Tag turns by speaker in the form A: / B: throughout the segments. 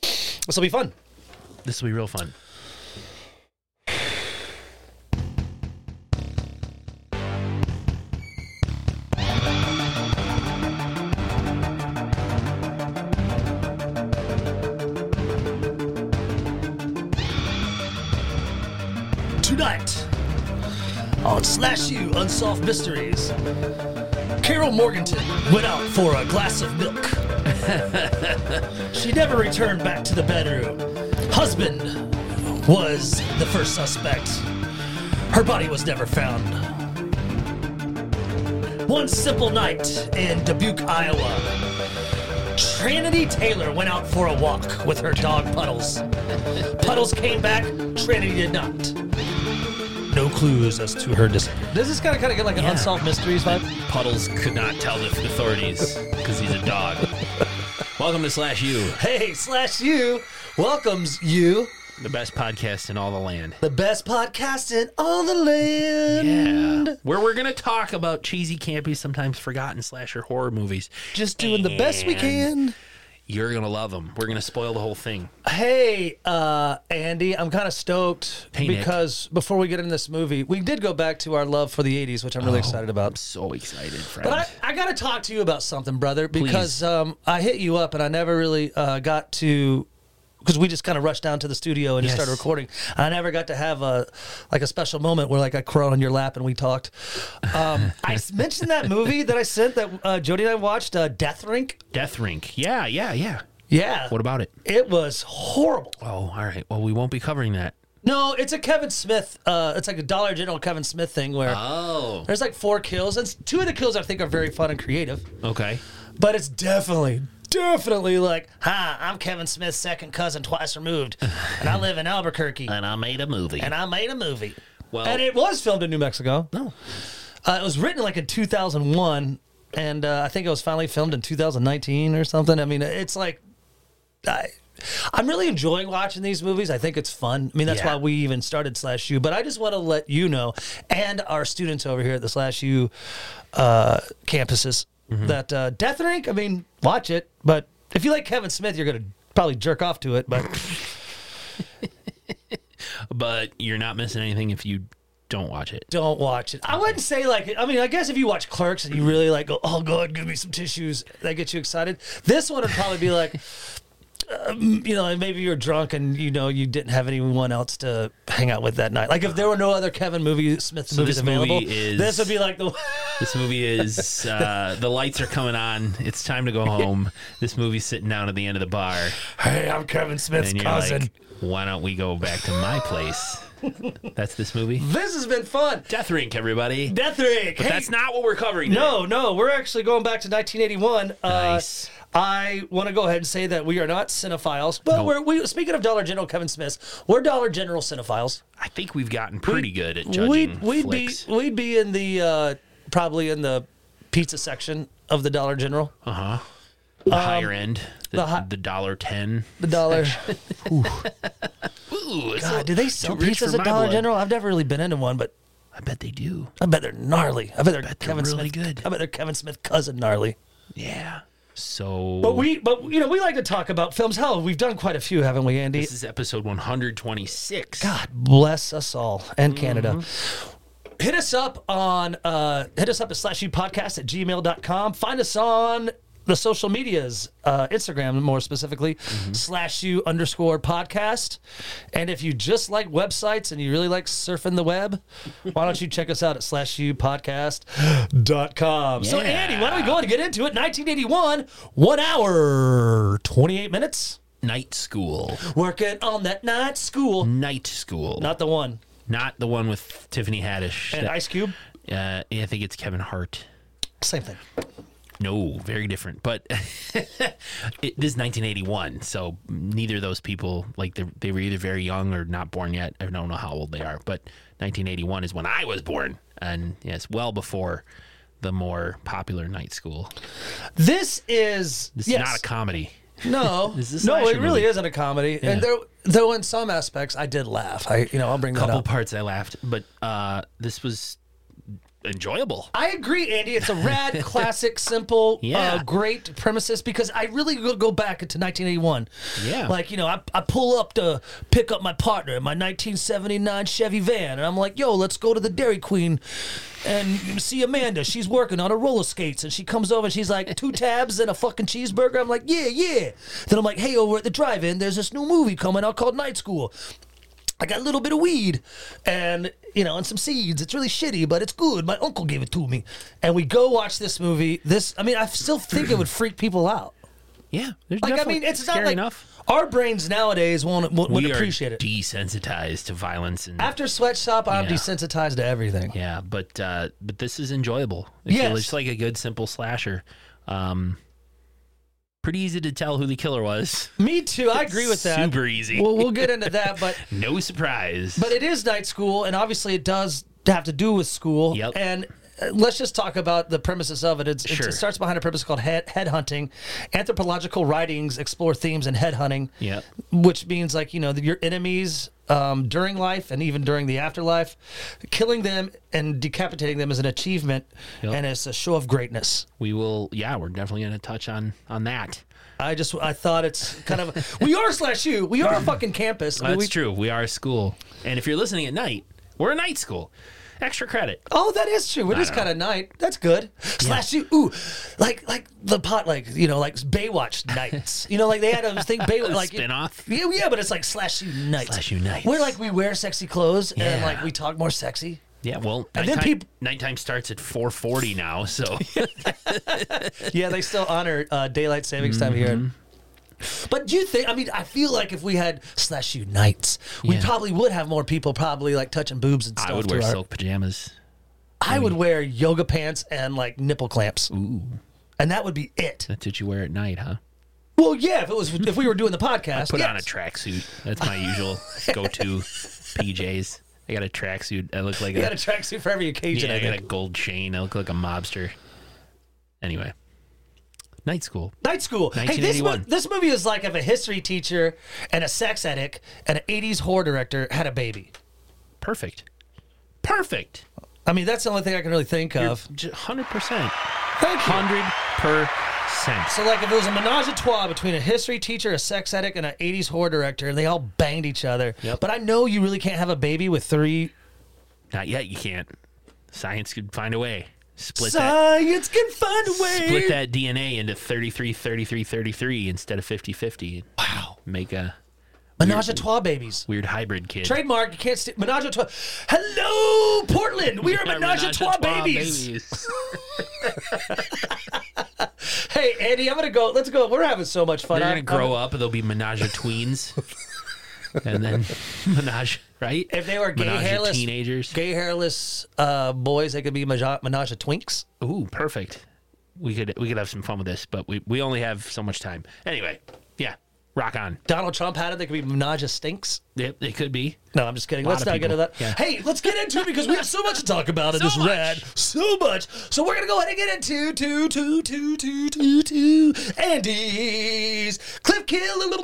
A: This will be fun.
B: This will be real fun.
A: Tonight on Slash U Unsolved Mysteries, Carol Morganton went out for a glass of milk. she never returned back to the bedroom. Husband was the first suspect. Her body was never found. One simple night in Dubuque, Iowa, Trinity Taylor went out for a walk with her dog Puddles. Puddles came back, Trinity did not. No clues as to her dis. This is kind of kind of get like an
B: Yeah.
A: unsolved mysteries vibe.
B: Puddles could not tell the authorities because he's a dog. Welcome to Slash U,
A: Hey, slash you welcomes you,
B: the best podcast in all the land.
A: the best podcast in all the land.
B: Where we're going to talk about cheesy, campy, sometimes forgotten slasher horror movies.
A: Just doing the best we
B: And-
A: can.
B: You're going to love them. We're going to spoil the whole thing.
A: Hey, uh, Andy, I'm kind of stoked
B: Hey, Nick.
A: because before we get into this movie, we did go back to our love for the 80s, which I'm
B: Oh.
A: really excited about.
B: So excited, friend.
A: But I, I got to talk to you about something, brother, because um, I hit you up and I never really uh, got to because we just kind of rushed down to the studio and just
B: Yes.
A: started recording. I never got to have a like a special moment where like I curled on your lap and we talked. Um, I s- mentioned that movie that I sent that uh, Jody and I watched, uh, Death Rink.
B: Death Rink. Yeah, yeah, yeah.
A: Yeah,
B: What about it?
A: it was horrible.
B: Oh, all right. Well, we won't be covering that.
A: No, it's a Kevin Smith. Uh, it's like a Dollar General Kevin Smith thing where
B: Oh.
A: there's like four kills and s- two of the kills I think are very fun and creative.
B: Okay.
A: but it's definitely definitely like hi i'm kevin smith's second cousin twice removed and i live in albuquerque
B: And I made a movie.
A: and i made a movie
B: Well-
A: and it was filmed in new mexico
B: no.
A: uh, it was written like in 2001 and uh, i think it was finally filmed in 2019 or something i mean it's like I, i'm really enjoying watching these movies i think it's fun i mean that's
B: Yeah.
A: why we even started slash u but i just want to let you know and our students over here at the slash u uh, campuses
B: Mm-hmm.
A: that uh, death rank i mean watch it but if you like kevin smith you're gonna probably jerk off to it but
B: But you're not missing anything if you don't watch it.
A: don't watch it. I wouldn't say like I mean, I guess if you watch Clerks and you really like go, oh god, give me some tissues, that gets you excited. This one would probably be like, um, you know, maybe you're drunk and you know you didn't have anyone else to hang out with that night. Like if there were no other Kevin movie Smith movies
B: this movie
A: available,
B: is-
A: this would be like the.
B: This movie is uh, the lights are coming on. It's time to go home. This movie's sitting down at the end of the bar,
A: hey, I'm Kevin Smith's
B: and you're
A: cousin.
B: like, "Why don't we go back to my place?" That's this movie,
A: this has been fun.
B: Death Rink, everybody.
A: Death Rig.
B: but that's not what we're covering.
A: No, no, we're actually going back to 1981. Uh,
B: Nice.
A: I want to go ahead and say that we are not cinephiles, but we're we, speaking of Dollar General Kevin Smith, we're Dollar General cinephiles.
B: today. I think we've gotten pretty good at judging
A: We'd we'd
B: flicks.
A: be we'd be in the uh, probably in the pizza section of the Dollar General.
B: uh-huh. The higher end, the,
A: um, the hi-
B: the dollar ten.
A: The dollar.
B: Ooh, it's a-
A: God, do they sell
B: too rich
A: pizzas
B: for
A: at
B: my
A: Dollar
B: blood.
A: General? I've never really been into one, but
B: I bet they do.
A: I bet they're gnarly. I bet they're,
B: bet they're
A: Kevin
B: really
A: Smith.
B: good.
A: I bet they're Kevin Smith cousin gnarly.
B: Yeah. So
A: But we but you know we like to talk about films. Hell, we've done quite a few, haven't we, Andy?
B: this is episode 126.
A: God bless us all and Canada. Hit us up on uh, hit us up at slash you podcast at gmail.com. Find us on the social medias, uh, Instagram more specifically, slash you underscore podcast. And if you just like websites and you really like surfing the web, why don't you check us out at slash you podcast.com? So,
B: Yeah.
A: Andy, why don't we go ahead and get into it? 1981, one hour, 28 minutes.
B: Night school.
A: Working on that night school.
B: Night school.
A: Not the one.
B: Not the one with Tiffany Haddish.
A: and Ice Cube.
B: uh, I think it's Kevin Hart.
A: Same thing.
B: No, very different. But it, this is 1981, so neither of those people, like they, they were either very young or not born yet. I don't know how old they are, but 1981 is when I was born, and yes, well before the more popular Night School.
A: This is
B: This
A: yes.
B: is not a comedy.
A: no,
B: This is a
A: no. It
B: slasher
A: really
B: movie.
A: isn't a comedy, and there though in some aspects I did laugh. I you know I'll bring that
B: couple
A: up.
B: parts I laughed, but uh, this was enjoyable.
A: I agree, Andy. It's a rad, classic, simple, uh,
B: Yeah.
A: great premises because I really go go back into 1981.
B: Yeah.
A: Like, you know, I, I pull up to pick up my partner in my 1979 Chevy van, and I'm like, yo, let's go to the Dairy Queen and see Amanda. She's working on her roller skates, and she comes over and she's like, two tabs and a fucking cheeseburger. I'm like, yeah, yeah. Then I'm like, hey, over at the drive in, there's this new movie coming out called Night School. I got a little bit of weed and you know and some seeds. It's really shitty, but it's good. My uncle gave it to me. And we go watch this movie. This I mean, I still think it would freak people out.
B: Yeah, there's
A: Like I
B: definitely-
A: mean, it's not
B: scary
A: like
B: enough.
A: our brains nowadays won't won't, won't
B: we
A: appreciate
B: are
A: it.
B: desensitized to violence and
A: After sweatshop, I'm
B: Yeah.
A: desensitized to everything.
B: yeah, but uh, but this is enjoyable. It
A: Yes.
B: feels like a good simple slasher. Um, pretty easy to tell who the killer was.
A: Me too. I agree with that.
B: Super easy.
A: We'll, we'll get into that, but
B: no surprise.
A: But it is night school, and obviously it does have to do with school.
B: Yep.
A: And uh, let's just talk about the premises of it. It's, it's-
B: Sure.
A: It starts behind a premise called head, headhunting. Anthropological writings explore themes in headhunting,
B: Yep.
A: which means like you know the- your enemies um, during life and even during the afterlife, killing them and decapitating them is an achievement,
B: Yep.
A: and it's a show of greatness.
B: we will. Yeah, we're definitely going to touch on on that.
A: I just I thought it's kind of we are slash you we are a fucking campus. I mean,
B: That's
A: we-
B: true. We are a school, and if you're listening at night, we're a night school. Extra credit.
A: Oh, that is true. It is kind of night. That's good. Slash you, ooh, like like the pot, like you know, like Baywatch nights. you know, like they had a thing Baywatch, like
B: Spin-off.
A: Yeah, yeah, but it's like slash you nights.
B: Slash you nights.
A: Where like we wear sexy clothes and
B: Yeah.
A: like we talk more sexy.
B: Yeah, well,
A: And
B: nighttime,
A: then peop-
B: nighttime starts at 4:40 now, so
A: Yeah, they still honor uh, daylight savings time here.
B: Mm-hmm.
A: But do you think? I mean, I feel like if we had slash you nights, we
B: Yeah.
A: probably would have more people probably like touching boobs and stuff.
B: I would wear
A: to our-
B: silk pajamas.
A: I would wear yoga pants and like nipple clamps,
B: Ooh,
A: and that would be it.
B: that's what you wear at night, huh?
A: Well, yeah, if it was if we were doing the podcast,
B: Put on a
A: yes.
B: tracksuit. That's my usual go-to PJs. I got a tracksuit. I look like
A: You
B: a,
A: got a tracksuit for every occasion.
B: yeah,
A: I
B: I got a
A: think.
B: gold chain. I look like a mobster. Anyway, night school.
A: Night School. Hey, this, mo-
B: 1981.
A: this movie is like if a history teacher and a sex addict and an 80s horror director had a baby.
B: Perfect. Perfect.
A: I mean, that's the only thing I can really think of.
B: Hundred percent.
A: Thank you.
B: Hundred percent.
A: So, like, if it was a menage a trois between a history teacher, a sex addict, and an 80s horror director, and they all banged each other.
B: Yep.
A: But I know you really can't have a baby with three.
B: Not yet. You can't. Science could find a way. Split that.
A: Science can find a way.
B: split that DNA into 33, 33, 33 instead of 50, 50. Wow. Make a
A: Menage a trois babies.
B: weird hybrid kid.
A: Trademark, you can't st- Menage a trois. Hello, Portland. We are
B: Yeah,
A: Menage a trois babies. Hey, Andy, I'm gonna go. Let's go. We're having so much fun. um,
B: They're
A: I'm-
B: going to grow up and they'll be Menage a tweens. and then Menage, right?
A: If they were gay
B: menage a
A: hairless
B: teenagers.
A: Gay hairless uh, boys, they could be Menage, menage a twinks.
B: Ooh, perfect. We could we could have some fun with this, but we, we only have so much time. Anyway, yeah, rock on.
A: Donald Trump had it. They could be Menage a stinks.
B: It, it could be.
A: No, I'm just kidding. Let's
B: of
A: not get into
B: people.
A: that.
B: Yeah.
A: Hey, let's get into it because we have so much to talk about in
B: So
A: this
B: much.
A: rad. So much. So we're gonna go ahead and get into two, two, two, two, two, two. Andy's cliff kill. No,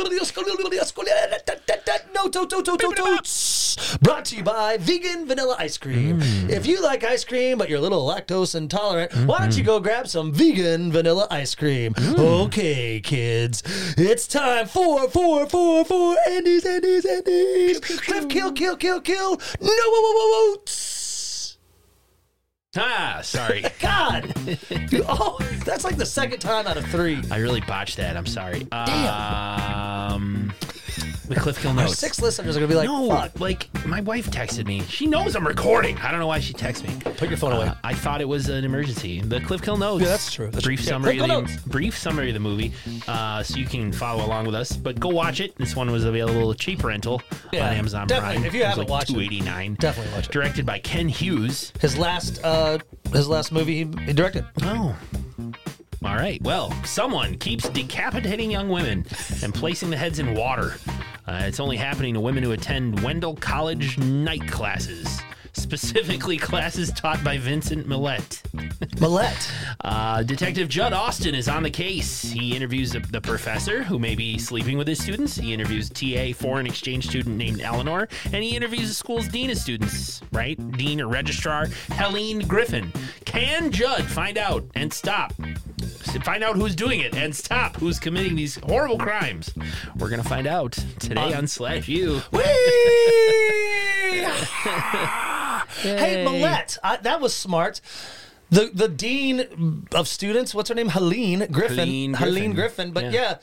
A: to, to, to, to, totes. Brought to you by vegan vanilla ice cream.
B: Mm.
A: If you like ice cream but you're a little lactose intolerant, why don't
B: Mm-hmm.
A: you go grab some vegan vanilla ice cream?
B: Mm.
A: Okay, kids, it's time for for for for Andy's Andy's Andy's cliff kill kill kill kill. No, whoa, whoa, whoa, whoa. tss.
B: Ah, sorry.
A: God, You- oh, that's like the second time out of three.
B: I really botched that. I'm sorry.
A: Damn.
B: Um, the Cliff Kill
A: Our
B: notes.
A: six listeners are gonna be like,
B: no,
A: "Fuck,
B: like my wife texted me. She knows I'm recording. I don't know why she texted me.
A: put your phone away."
B: Uh, I thought it was an emergency. The Cliff Kill notes.
A: Uh-huh. Yeah, that's true. That's
B: brief
A: true. Yeah,
B: summary.
A: Cliff
B: Of
A: Kill
B: the,
A: notes.
B: Brief summary of the movie, uh, so you can follow along with us. But go watch it. This one was available cheap rental
A: Yeah,
B: on Amazon
A: definitely.
B: Prime.
A: If you
B: It was
A: haven't
B: like
A: watched it,
B: 289.
A: definitely watch it.
B: Directed by Ken Hughes.
A: His last, uh, his last movie he he directed.
B: Oh. All right. Well, someone keeps decapitating young women and placing the heads in water. Uh, it's only happening to women who attend Wendell College night classes. specifically classes taught by Vincent Millette.
A: Millette.
B: Uh, Detective Judd Austin is on the case. He interviews the, the professor who may be sleeping with his students. He interviews TA foreign exchange student named Eleanor, and he interviews the school's dean of students, right? Dean or registrar Helene Griffin. Can Judd find out and stop? Find out who's doing it and stop who's committing these horrible crimes. We're gonna find out today on Slash U.
A: Whee! hey, Millette, I, that was smart. The the dean of students, what's her name? Helene Griffin.
B: Helene
A: Helene Griffin. But yeah,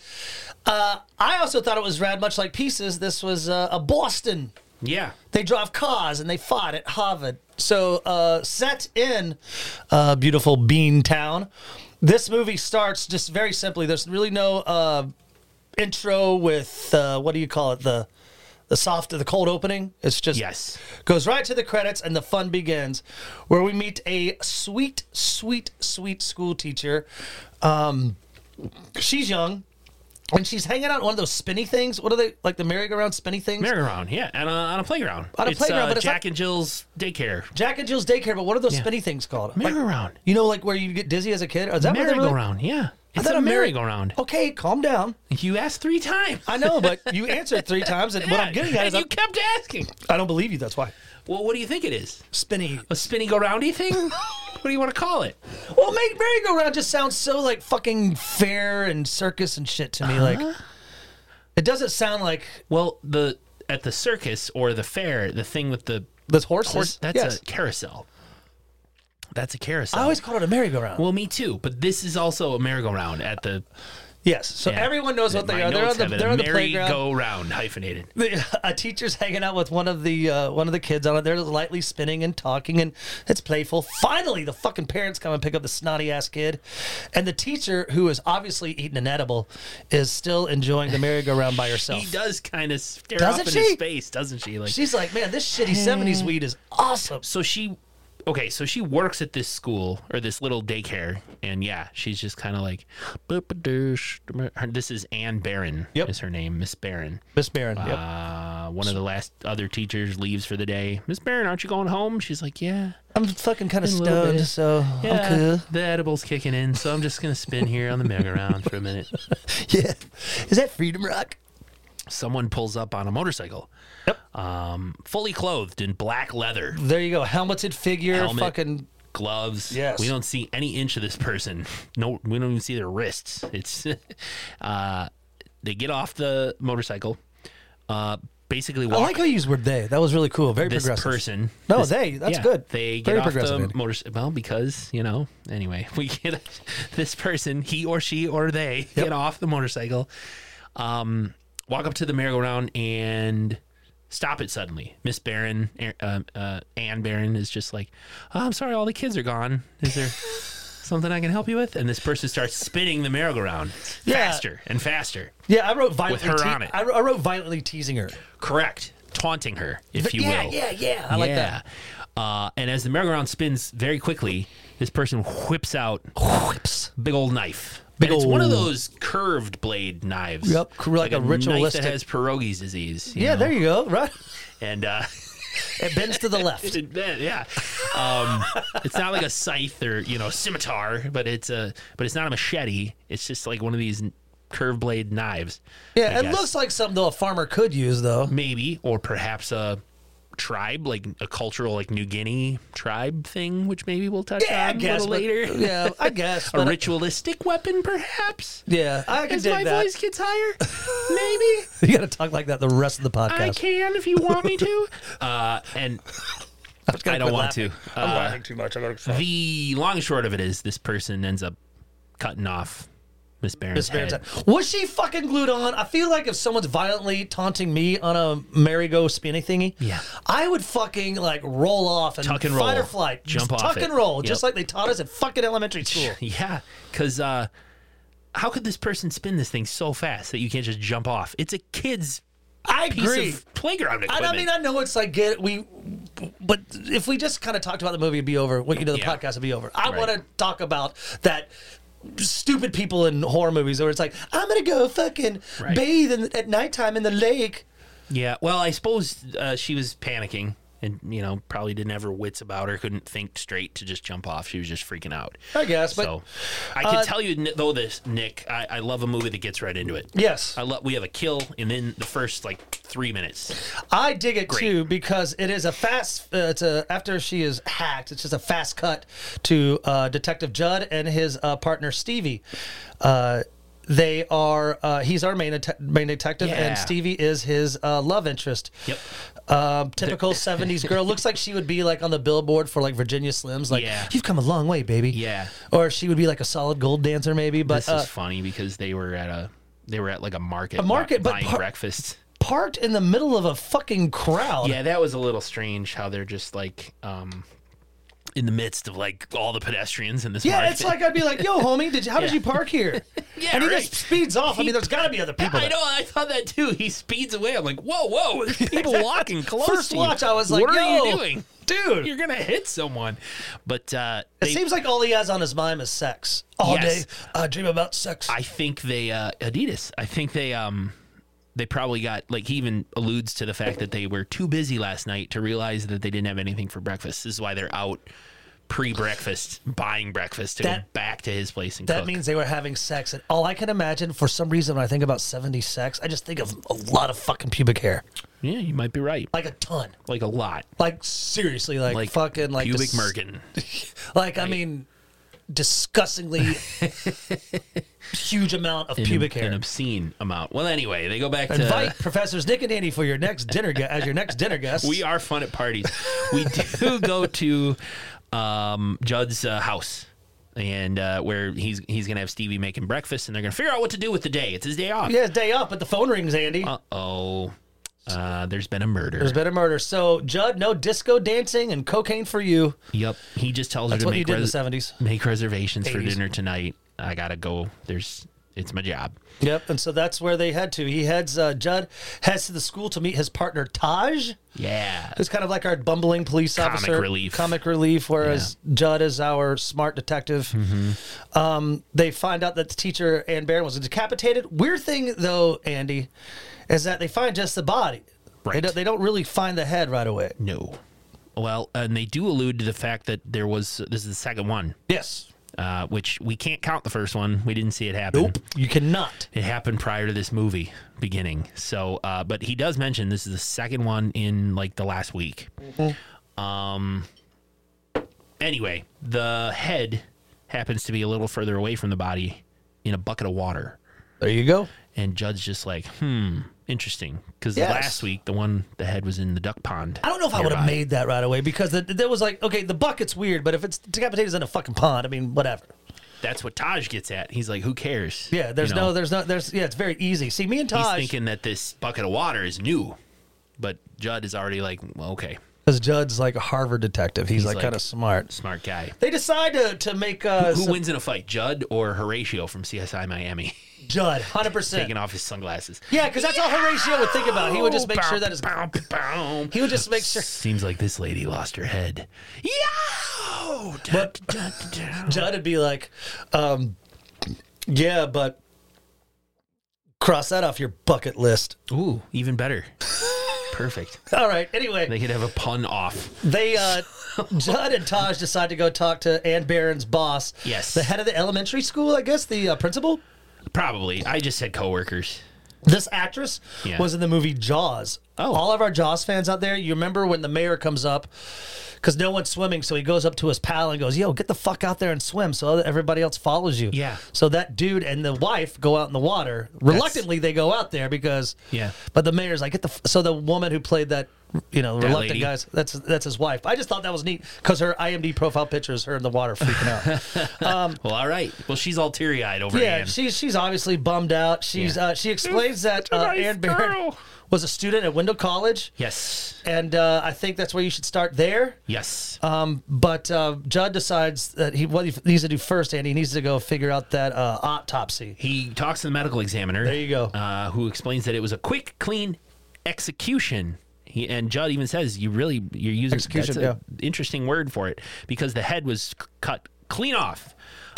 A: Uh, I also thought it was rad. Much like Pieces, this was uh, a Boston.
B: Yeah.
A: They drive cars and they fought at Harvard. So uh, set in uh, beautiful Bean Town. This movie starts just very simply. There's really no uh, intro with uh, what do you call it the the soft the cold opening. It's just
B: Yes.
A: goes right to the credits and the fun begins, where we meet a sweet, sweet, sweet school teacher. Um, she's young. And she's hanging out on one of those spinny things. What are they like the merry-go-round spinny things?
B: Merry-go-round, yeah, and uh, on a playground.
A: On a
B: it's,
A: playground,
B: uh,
A: but it's
B: Jack
A: not-
B: and Jill's daycare.
A: Jack and Jill's daycare, but what are those spinny things called? Like,
B: Merry-go-round.
A: you know, like where you get dizzy as a kid. Is that what they really-
B: merry-go-round. Yeah,
A: I
B: it's
A: thought
B: a
A: merry-
B: merry-go-round.
A: Okay, calm down.
B: You asked three times.
A: I know, but you answered three times, and what I'm getting at
B: and
A: is
B: you
A: I'm-
B: kept asking.
A: I don't believe you. That's why
B: Well, what do you think it is?
A: spinny.
B: A spinny go roundy thing? what do you want to call it?
A: Well, make merry-go-round just sounds so like fucking fair and circus and shit to me.
B: Uh-huh.
A: Like, it doesn't sound like
B: Well, the at the circus or the fair, the thing with the
A: this horses.
B: horse that's
A: yes.
B: a carousel. That's a carousel.
A: I always call it a merry-go-round.
B: well, me too, but this is also a merry-go-round at the.
A: yes. So
B: yeah.
A: everyone knows what they
B: My
A: are. They're on
B: notes
A: the
B: have it,
A: they're on the playground.
B: merry-go-round hyphenated.
A: the, a teacher's hanging out with one of the uh, one of the kids on it. They're lightly spinning and talking, and it's playful. Finally, the fucking parents come and pick up the snotty ass kid, and the teacher, who is obviously eating an edible, is still enjoying the merry-go-round by herself.
B: He does kind of stare
A: Doesn't
B: off into
A: she?
B: space, doesn't she? Like
A: She's like, "Man, this shitty '70s weed is awesome."
B: so she okay so she works at this school or this little daycare and yeah she's just kind of like "Boop-a-doosh." Her- this is anne barron
A: Yep.
B: is her name miss barron
A: Miss Barron. Yep.
B: uh, one of the last other teachers leaves for the day miss barron aren't you going home she's like yeah
A: I'm fucking kind of
B: a little bit.
A: stoned, so
B: yeah
A: I'm cool.
B: the edibles kicking in so i'm just gonna spin here on the merry-go-round for a minute
A: Yeah. Is that Freedom Rock?
B: someone pulls up on a motorcycle
A: Yep.
B: um, fully clothed in black leather
A: There you go. Helmeted figure.
B: Helmet.
A: Fucking
B: gloves.
A: Yes.
B: We don't see any inch of this person. No, we don't even see their wrists. It's, uh, they get off the motorcycle, uh, basically
A: I
B: walk
A: like how you used the word they. That was really cool. Very
B: this
A: progressive.
B: person.
A: No,
B: this-
A: they. That's good.
B: They get
A: Very
B: off
A: progressive,
B: the
A: Andy.
B: motorcycle. Well, because, you know, anyway, we get this person, he or she or they, get off the motorcycle, um, walk up to the merry-go-round and stop it suddenly. Miss Barron, Er- uh, uh, Anne Barron is just like, oh, I'm sorry, all the kids are gone. Is there. Something I can help you with, and this person starts spinning the merry-go-round
A: Yeah.
B: faster and faster.
A: Yeah, I wrote violently.
B: her
A: te-
B: on it.
A: I wrote, I wrote violently teasing her.
B: Correct, taunting her, if you
A: yeah,
B: will.
A: yeah, yeah. I like that.
B: Uh, and as the merry-go-round spins very quickly, this person whips out
A: Whips.
B: big old knife.
A: Big
B: and it's one of
A: ol'-
B: those curved blade knives.
A: Yep, cr- like a ritualistic-
B: knife that has pierogi's disease.
A: Yeah,
B: know?
A: there you go. Right.
B: and uh,
A: It bends to the left.
B: it- yeah, um, it's not like a scythe or you know scimitar, but it's a but it's not a machete. It's just like one of these curved blade knives. I
A: Yeah, it
B: guess.
A: looks like something though a farmer could use though.
B: maybe or perhaps a tribe like a cultural like New Guinea tribe thing, which maybe we'll touch
A: Yeah, I
B: on
A: guess.
B: a little
A: but-
B: later.
A: Yeah, I guess.
B: a
A: but-
B: ritualistic weapon, perhaps.
A: yeah, I can
B: As
A: dig
B: my
A: that.
B: voice gets higher, maybe
A: You got to talk like that the rest of the
B: I
A: podcast.
B: can if you want me to. Uh, and
A: just
B: I
A: gotta
B: don't
A: quit
B: want to.
A: laughing. Uh-huh.
B: Uh,
A: laughing too much. I gotta stop.
B: the long and short of it is, this person ends up cutting off Miss Barron's
A: Miss Barron's
B: head.
A: head. Was she fucking glued on? I feel like if someone's violently taunting me on a merry-go spinny thingy,
B: Yeah.
A: I would fucking like roll off and
B: Tuck and
A: fight
B: roll.
A: or flight,
B: Jump
A: just
B: off
A: tuck
B: it.
A: and roll,
B: Yep.
A: just like they taught us at fucking elementary school.
B: Yeah, because uh, how could this person spin this thing so fast that you can't just jump off? It's a kid's
A: I
B: piece of playground
A: I,
B: equipment.
A: I mean, I know it's like get we, but if we just kind of talked about the movie, it'd be over. What you know, the
B: Yeah.
A: podcast would be over. I
B: Right.
A: want to talk about that. Stupid people in horror movies, where it's like, I'm gonna go fucking
B: Right.
A: bathe in, at nighttime in the lake.
B: Yeah, well, I suppose uh, she was panicking and you know probably didn't have her wits about her, couldn't think straight to just jump off. She was just freaking out.
A: I guess, but
B: so I can
A: uh,
B: tell you Ni- though this Nick, I, I love a movie that gets right into it.
A: yes,
B: I love we have a kill and then the first like three minutes.
A: I dig it too because it is a fast. Uh, it's a after she is hacked. It's just a fast cut to uh, Detective Judd and his uh, partner Stevie. Uh, they are. Uh, he's our main det- main detective,
B: Yeah.
A: and Stevie is his uh, love interest.
B: Yep.
A: Um, typical '70s girl. Looks like she would be like on the billboard for like Virginia Slims. Like
B: Yeah.
A: you've come a long way, baby.
B: Yeah.
A: Or she would be like a solid gold dancer, maybe. But
B: This
A: uh,
B: is funny because they were at a they were at like a market, a
A: market, but
B: buying
A: par-
B: breakfast.
A: parked in the middle of a fucking crowd.
B: Yeah, that was a little strange how they're just like um in the midst of like all the pedestrians in this
A: Yeah,
B: market.
A: it's like I'd be like, "Yo, homie, did you? How did
B: Yeah.
A: you park here?"
B: Yeah,
A: and he
B: right.
A: just speeds off. I mean, there's got to be other people.
B: I
A: there.
B: know. I thought that too. He speeds away. I'm like, whoa, whoa! There's people walking close.
A: First
B: to you.
A: watch, I was like,
B: what are
A: yo,
B: you doing,
A: dude.
B: You're gonna hit someone." But uh,
A: It
B: they,
A: seems like all he has on his mind is sex all
B: Yes.
A: day. I dream about sex.
B: I think they uh, Adidas. I think they um they probably got like he even alludes to the fact that they were too busy last night to realize that they didn't have anything for breakfast. This is why they're out pre-breakfast buying breakfast to go
A: That-
B: back to his place and
A: that
B: cook.
A: means they were having sex, and all I can imagine for some reason when I think about seventy sex, I just think of a lot of fucking pubic hair,
B: yeah, you might be right.
A: like a ton,
B: Like a lot.
A: like seriously, like,
B: Like
A: fucking like
B: pubic
A: dis-
B: merkin.
A: Like I mean, disgustingly huge amount of pubic hair.
B: An obscene amount. Well, anyway, they go back to
A: Invite professors Nick and Andy for your next dinner gu- as your next dinner guest.
B: We are fun at parties. We do go to um, Judd's uh, house, and uh, where he's he's gonna have Stevie making breakfast, and they're gonna figure out what to do with the day. It's his day off.
A: yeah, it's day up, but the phone rings, Andy.
B: Uh-oh. Uh, there's been a murder.
A: There's been a murder. So Judd, no disco dancing and cocaine for you.
B: yep. He just tells
A: That's
B: her
A: what
B: to
A: you
B: make,
A: did in the
B: res-
A: seventies.
B: make reservations for
A: 80s.
B: dinner tonight. I gotta go. There's it's my job.
A: Yep. And so that's where they head to. He heads. Uh, Judd heads to the school to meet his partner Taj,
B: Yeah.
A: who's kind of like our bumbling police
B: Comic
A: officer,
B: relief.
A: comic relief. Whereas Judd is our smart detective.
B: Mm-hmm.
A: Um, they find out that the teacher Ann Barron was decapitated. Weird thing though, Andy, is that they find just the body. They
B: Right.
A: don't, they don't really find the head right away.
B: No. Well, and they do allude to the fact that there was this is the second one,
A: Yes.
B: uh, which we can't count the first one. We didn't see it happen.
A: You cannot.
B: It happened prior to this movie beginning. So, uh, but he does mention this is the second one in like the last week.
A: Mm-hmm.
B: Um. Anyway, the head happens to be a little further away from the body in a bucket of water,
A: There you go.
B: and Judd's just like, "Hmm, interesting." Because
A: Yes.
B: last week, the one the head was in the duck pond.
A: I don't know if I would have
B: nearby.
A: made that right away because the, there was like, okay, the bucket's weird, but if it's decapitated in a fucking pond, I mean, whatever.
B: That's what Taj gets at. He's like, "Who cares?"
A: Yeah, there's
B: You know?
A: no, there's no, there's yeah, it's very easy. See, me and
B: He's
A: Taj,
B: thinking that this bucket of water is new, but Judd is already like, well, "Okay,
A: because Judd's like a Harvard detective, he's, like,
B: like-
A: kind of smart.
B: smart guy."
A: They decide to to make uh,
B: Who
A: some-
B: wins in a fight, Judd or Horatio from CSI Miami?
A: Judd, hundred
B: Taking
A: percent.
B: off his sunglasses.
A: Yeah, because that's all Horatio would think about. He would just make sure that his
B: Bow, bow, bow.
A: he would just make sure
B: Seems like this lady lost her head. Yeah.
A: But- Judd would be like, um, yeah, but cross that off your bucket list.
B: Ooh, even better. Perfect.
A: All right. Anyway,
B: They could have a pun off.
A: They uh Judd and Taj decide to go talk to Ann Barron's boss.
B: Yes.
A: The head of the elementary school, I guess, the uh, principal.
B: Probably. I just said coworkers.
A: This actress
B: Yeah.
A: was in the movie Jaws.
B: Oh.
A: All of our Jaws fans out there, you remember when the mayor comes up cuz no one's swimming, so he goes up to his pal and goes, "Yo, get the fuck out there and swim so other- everybody else follows you."
B: Yeah.
A: So that dude and the wife go out in the water. Reluctantly they go out there because
B: Yeah.
A: But the mayor's like, "Get the f-. so the woman who played that you know, reluctant
B: lady.
A: guy That's that's that's his wife. I just thought that was neat because her IMD profile picture is her in the water freaking out.
B: Well, all right. Well, she's all teary eyed over
A: yeah,
B: Anne.
A: she's she's obviously bummed out. She's
B: Yeah.
A: uh, she explains that
B: such a
A: uh,
B: nice
A: Ann Barron
B: girl.
A: was a student at Wendell College,
B: yes.
A: and uh, I think that's where you should start there.
B: Yes.
A: Um, but uh, Judd decides that he what he needs to do first, and he needs to go figure out that uh, autopsy.
B: He talks to the medical examiner.
A: There you go.
B: Uh, who explains that it was a quick, clean execution. He, and Judd even says, "You really you're using
A: Execution,
B: That's a interesting word for it because the head was c- cut clean off.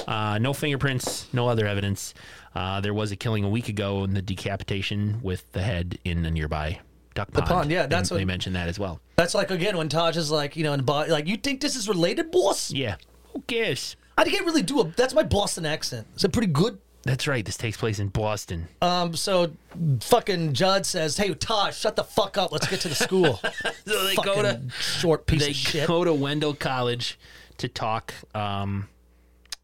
B: Uh, no fingerprints, no other evidence. Uh, there was a killing a week ago and the decapitation with the head in a nearby Duck
A: The
B: Pond.
A: pond, yeah,
B: They-
A: that's
B: they,
A: what-
B: mentioned that as well.
A: That's like again when Taj is like, you know, and Bob, like, you think this is related, boss?
B: Yeah. Who cares?
A: I can't really do a. That's my Boston accent. It's a pretty good.
B: That's right. This takes place in Boston.
A: Um, so fucking Judd says, "Hey Taj, shut the fuck up. Let's get to the school."
B: So they
A: fucking
B: go to
A: short piece
B: they
A: of shit.
B: go to Wendell College to talk um,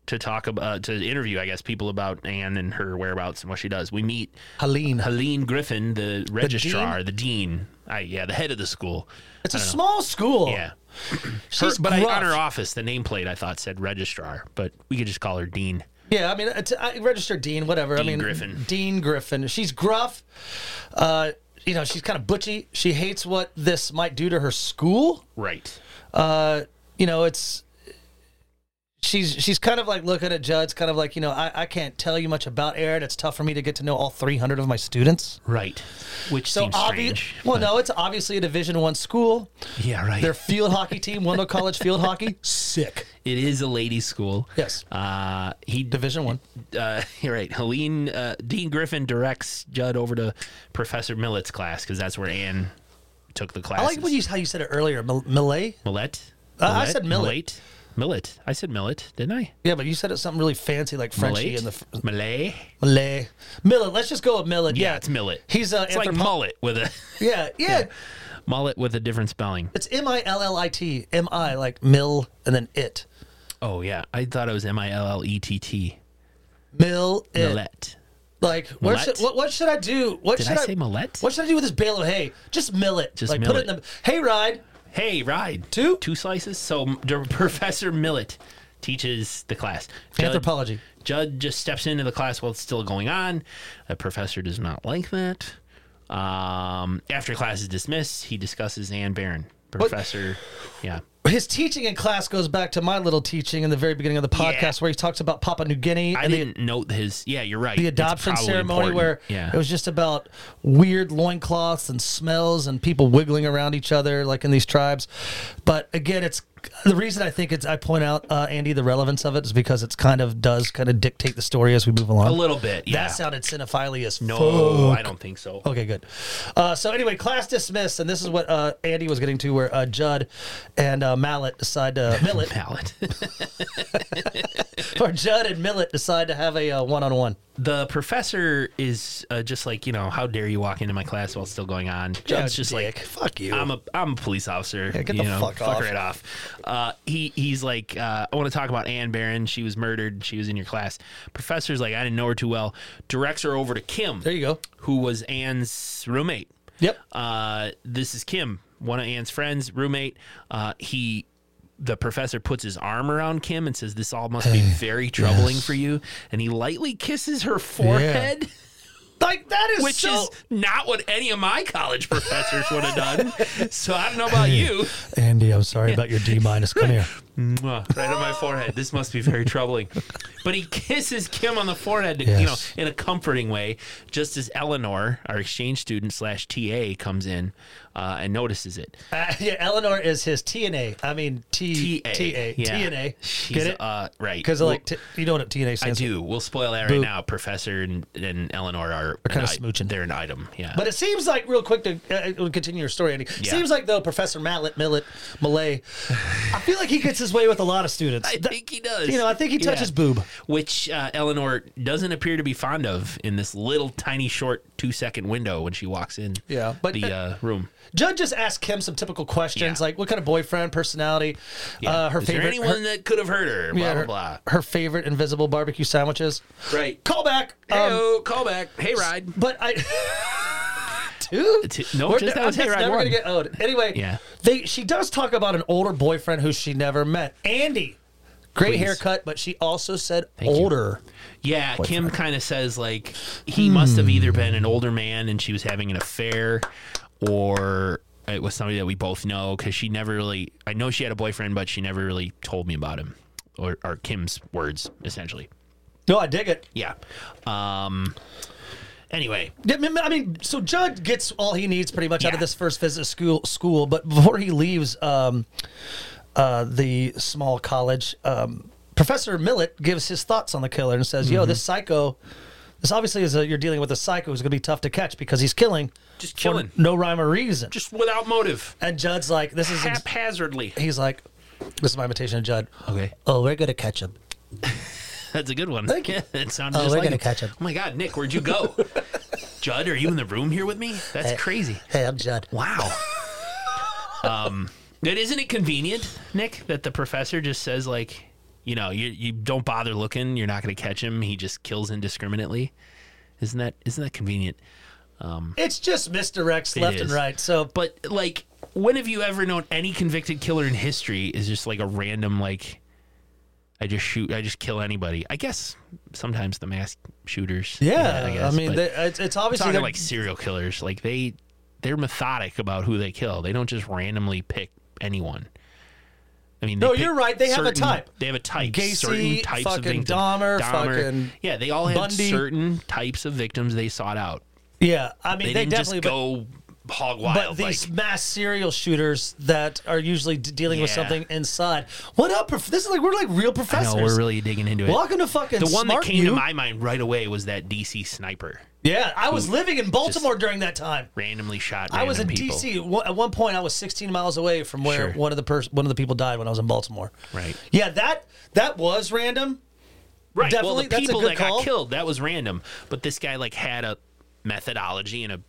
B: to talk about to interview, I guess, people about Anne and her whereabouts and what she does. We meet
A: Helene.
B: Helene Griffin, the registrar, the dean, I, yeah, the head of the school.
A: It's a small school.
B: Yeah, Her-
A: Oh, she's
B: but I, on
A: gruff.
B: her office, the nameplate I thought said registrar, but we could just call her dean.
A: Yeah, I mean, it's, I registered Dean, whatever. I
B: Dean
A: mean,
B: Griffin.
A: Dean Griffin. She's gruff. Uh, you know, she's kind of butchy. She hates what this might do to her school.
B: Right.
A: Uh, you know, it's she's she's kind of like looking at Judd's, kind of like you know, I, I can't tell you much about Aaron. It's tough for me to get to know all 300 of my students.
B: Right. Which
A: So
B: seems
A: obvious.
B: strange.
A: Well,
B: but-
A: no, it's obviously a Division One school.
B: Yeah, right.
A: Their field hockey team, Wendell College field hockey, sick.
B: It is a ladies' school.
A: Yes.
B: Uh, he
A: Division One.
B: uh, you're right. Helene uh, Dean Griffin directs Judd over to Professor Millett's class because that's where Anne took the class.
A: I like when you how you said it earlier, Mil- Millet.
B: Millette.
A: Uh, I said Millet.
B: Millet. Millet. I said Millet, didn't I?
A: Yeah, but you said it something really fancy like Frenchy
B: Millet.
A: and the
B: Millet.
A: fr- Millet. Millet. Let's just go with Millet. Yeah,
B: Yeah, it's Millet.
A: He's uh, a
B: it's like mullet with a
A: yeah, yeah,
B: mullet with a different spelling.
A: It's M I L L I T. M I like mill and then it.
B: Oh yeah, I thought it was M I L L E T T.
A: Mill it.
B: Millet.
A: Like where
B: Millet?
A: should, what what should I do? What
B: Did
A: should
B: I say Millet?
A: What should I do with this bale of hay? Just millet.
B: Just
A: like put it in the
B: millet.
A: hay ride.
B: Hey, ride
A: Two?
B: two slices. So m- Dr- Professor Millet teaches the class. Judd-
A: Anthropology.
B: Judd just steps into the class while it's still going on. The professor does not like that. Um, after class is dismissed, he discusses Anne Barron. Professor, yeah,
A: His teaching in class goes back to my little teaching in the very beginning of the podcast
B: Yeah.
A: where he talks about Papua New Guinea
B: I
A: and the
B: didn't note his. Yeah, you're right.
A: the
B: It's
A: adoption
B: probably
A: ceremony
B: important.
A: where
B: yeah,
A: it was just about weird loincloths and smells and people wiggling around each other like in these tribes but again it's the reason i think it's i point out uh, andy the relevance of it is because it's kind of does kind of dictate the story as we move along
B: a little bit. Yeah,
A: that Oh, sounded cinephile as
B: no, I don't think so.
A: Okay, good. Uh, so anyway, class dismissed, and this is what uh, Andy was getting to, where uh, Judd and uh, Mallet decide to Millet,
B: Palette.
A: or Judd and Millet decide to have a uh, one-on-one.
B: the professor is uh, just like you know, how dare you walk into my class while it's still going on? Judd's just like
A: dick. fuck you.
B: I'm a I'm a police officer.
A: get
B: you
A: the
B: know,
A: fuck off.
B: right off. Uh, he he's like, uh, I want to talk about Anne Barron. She was murdered. She was in your class. Professor's like, I didn't know her too well. Directs her over to Kim,
A: there you go.
B: who was Anne's roommate.
A: Yep.
B: Uh, this is Kim, one of Anne's friends, roommate. Uh, he. The professor puts his arm around Kim and says, "This all must be very troubling for you." And he lightly kisses her forehead
A: Like that is
B: which
A: so.
B: is not what any of my college professors would have done. So I don't know about you.
A: Andy, I'm sorry about your D minus. Come here.
B: Mwah, Right on my forehead. This must be very troubling. But he kisses Kim on the forehead, to, you know,
A: Yes.
B: in a comforting way, just as Eleanor, our exchange student slash TA, comes in uh, and notices it.
A: Uh, yeah, Eleanor is his TNA. I mean T
B: TA,
A: TA
B: yeah.
A: TNA.
B: She's,
A: Get it?
B: Uh, right.
A: Because like t- you know what TNA
B: I
A: stands for.
B: do. We'll spoil that right now. Professor and, and Eleanor are,
A: kinda
B: an
A: smooching.
B: They're an item. Yeah.
A: But it seems like real quick to uh, we'll continue your story, Andy.
B: Yeah.
A: Seems like though Professor Mallet Millet Malay, I feel like he gets his way with a lot of students.
B: I
A: That-
B: think he does.
A: you know, I think he
B: Yeah.
A: touches boob.
B: which uh, Eleanor doesn't appear to be fond of in this little tiny short two second window when she walks in.
A: Yeah, but-
B: the uh, room.
A: Judd just asked Kim some typical questions
B: Yeah.
A: like what kind of boyfriend, personality, uh, her
B: Is
A: favorite,
B: there anyone
A: her,
B: that could have hurt her? Blah
A: yeah,
B: blah
A: her,
B: blah.
A: her favorite invisible barbecue sandwiches.
B: Right.
A: Call back. Um,
B: Hey, call back. Hey, ride.
A: But I, dude,
B: It's- no,
A: we're
B: just
A: ne-
B: that was
A: that's
B: Hey Ride
A: never
B: one.
A: gonna get old. Anyway,
B: Yeah.
A: they she does talk about an older boyfriend who she never met, Andy. Great
B: Please.
A: haircut, but she also said
B: you.
A: older.
B: Yeah, Kim kind of says like he must have either been an older man and she was having an affair, or it was somebody that we both know because she never really. I know she had a boyfriend, but she never really told me about him. Or, or Kim's words, essentially.
A: No, I dig it.
B: Yeah. Um. Anyway,
A: Yeah, I mean- I mean, so Judd gets all he needs pretty much out of
B: Yeah.
A: this first visit to school. School, but before he leaves, um, uh, the small Mm-hmm. college, um, Professor Millet gives his thoughts on the killer and says, "Yo, this psycho." This obviously is a, you're dealing with a psycho who's going to be tough to catch because he's killing,
B: Just
A: for
B: killing.
A: no rhyme or reason.
B: Just without motive.
A: and Judd's like, this is ins-
B: Haphazardly.
A: he's like, this is my imitation of Judd.
B: Okay.
A: Oh, we're gonna catch him.
B: That's a good one.
A: Thank you.
B: it sounded
A: Oh,
B: just
A: we're
B: like
A: gonna
B: him.
A: catch him.
B: Oh my God, Nick, where'd you go? Judd, are you in the room here with me? That's crazy.
A: Hey, I'm Judd.
B: Wow. um, but isn't it convenient, Nick, that the professor just says like, you know, you you don't bother looking, you're not going to catch him. He just kills indiscriminately. Isn't that isn't that convenient?
A: It's just misdirects
B: It
A: left and
B: is.
A: right. So
B: But like, when have you ever known any convicted killer in history is just like a random like? I just shoot. I just kill anybody. I guess sometimes the masked shooters. do that,
A: yeah, I,
B: guess,
A: mean,
B: but-
A: they, it's, it's obviously
B: talking
A: they're-
B: like serial killers. Like they they're methodic about who they kill. They don't just randomly pick anyone. I mean,
A: No,
B: pick
A: you're right. They have a
B: certain-
A: type.
B: They have a type.
A: Gacy,
B: certain types
A: fucking
B: of things.
A: Dahmer, fucking
B: yeah, they all had
A: Bundy.
B: certain types of victims they sought out.
A: yeah. I mean,
B: They,
A: they,
B: didn't
A: definitely.
B: just go hog wild.
A: But these
B: like,
A: mass serial shooters that are usually d- dealing with
B: Yeah.
A: something inside. What up? Prof- this is like we're like real
B: I
A: professors.
B: know we're really digging into it.
A: Welcome to fucking
B: the one that
A: smart
B: came
A: you.
B: to my mind right away was that DC sniper
A: Yeah, I was living in Baltimore during that time.
B: randomly shot.
A: I was in
B: random people.
A: DC One- at one point. I was 16 miles away from where
B: Sure.
A: one of the pers- one of the people died when I was in Baltimore.
B: Right.
A: Yeah, that that was random.
B: Right.
A: Definitely,
B: well, the
A: that's a
B: people
A: good
B: that
A: call.
B: got killed, that was random. But this guy like had a methodology and a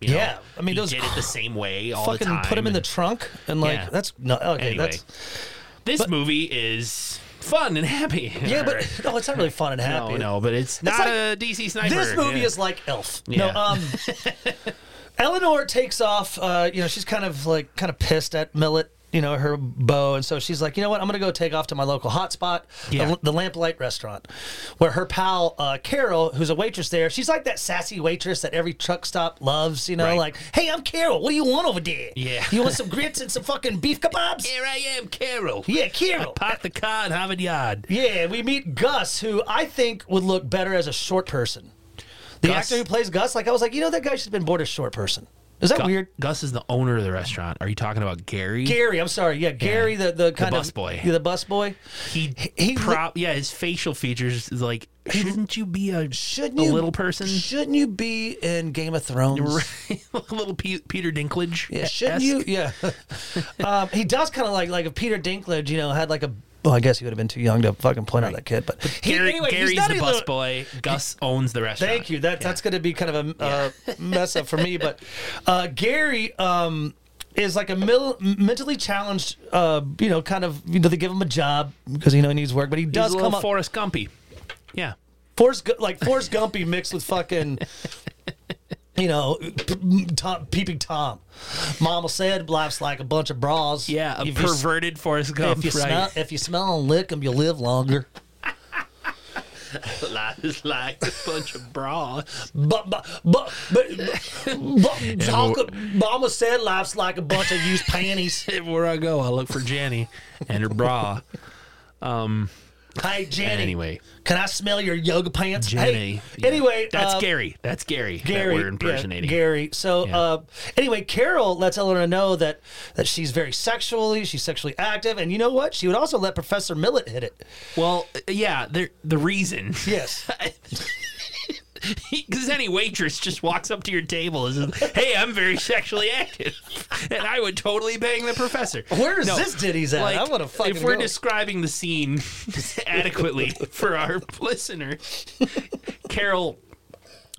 B: you know,
A: Yeah, I mean,
B: he
A: those
B: did it the same way all
A: Fucking
B: the time.
A: put him in the
B: and
A: trunk and like
B: Yeah.
A: that's no okay.
B: anyway.
A: That's
B: this movie is fun and happy.
A: yeah,
B: Or-
A: but no, it's not really fun and happy.
B: no, no, but it's not
A: like-
B: a DC sniper.
A: This movie
B: yeah.
A: is like Elf. No,
B: Yeah.
A: um, Eleanor takes off. Uh, you know, she's kind of like kind of pissed at Millet. You know, her beau, and so she's like, you know what? I'm gonna go take off to my local hotspot,
B: Yeah.
A: the, the Lamplight Restaurant, where her pal uh, Carol, who's a waitress there, she's like that sassy waitress that every truck stop loves. You know,
B: Right.
A: like, hey, I'm Carol. What do you want over there?
B: Yeah.
A: you want some grits and some fucking beef kebabs?
B: Here I am, Carol.
A: Yeah, Carol.
B: Park the car in Harvard Yard.
A: Yeah, we meet Gus, who I think would look better as a short person. The
B: Gus-
A: actor who plays Gus, like I was like, you know, that guy should have been born a short person. Is that
B: Gu-
A: weird?
B: Gus is the owner of the restaurant. Are you talking about Gary?
A: Gary, I'm sorry. Yeah, Gary, the the kind of
B: busboy.
A: Yeah, the bus boy.
B: He,
A: he-
B: prop, yeah, his facial features is like, shouldn't you be a
A: Shouldn't
B: a
A: you,
B: little person?
A: Shouldn't you be in Game of Thrones?
B: little Pe- Peter Dinklage.
A: Yeah, shouldn't you? Yeah. um, he does kind of like like if Peter Dinklage, you know, had like a. Well, I guess he would have been too young to fucking point out that kid, but he,
B: Gary,
A: anyway, he's
B: Gary's
A: not
B: the
A: a
B: bus
A: little-
B: boy. Gus owns the restaurant.
A: Thank you. That that's going to be kind of a uh, mess up for me. But uh, Gary um, is like a mil- mentally challenged. Uh, you know, kind of. You know, they give him a job because you know he needs work, but he
B: He's
A: does
B: a
A: come
B: little
A: up.
B: Forrest Gumpy. Yeah.
A: Forrest, Gu- like Forrest Gumpy mixed with fucking, you know, p- Tom, peeping Tom. Mama said, "Life's like a bunch of bras."
B: Yeah, a
A: if you, s-
B: perverted Forrest Gump.
A: if you smell, if you smell and lick them, you live longer.
B: Life is like a bunch of bra.
A: But but but but, but talk, Mama said, "Life's like a bunch of used panties."
B: Where I go, I look for Jenny and her bra.
A: Hey, Jenny.
B: Anyway.
A: Can I smell your yoga pants?
B: Jenny.
A: Hey,
B: yeah.
A: Anyway,
B: That's
A: uh,
B: Gary. That's Gary,
A: Gary.
B: that we're
A: yeah,
B: impersonating.
A: Gary. So,
B: Yeah.
A: uh, anyway, Carol lets Eleanor know that that she's very sexually, she's sexually active, and you know what? She would also let Professor Millet hit it.
B: Well, yeah, there- the reason.
A: Yes.
B: Because any waitress just walks up to your table and says, "Hey, I'm very sexually active," and I would totally bang the professor.
A: Where is this ditty's at? I wanna fucking
B: If we're
A: know.
B: describing the scene adequately for our listener, Carol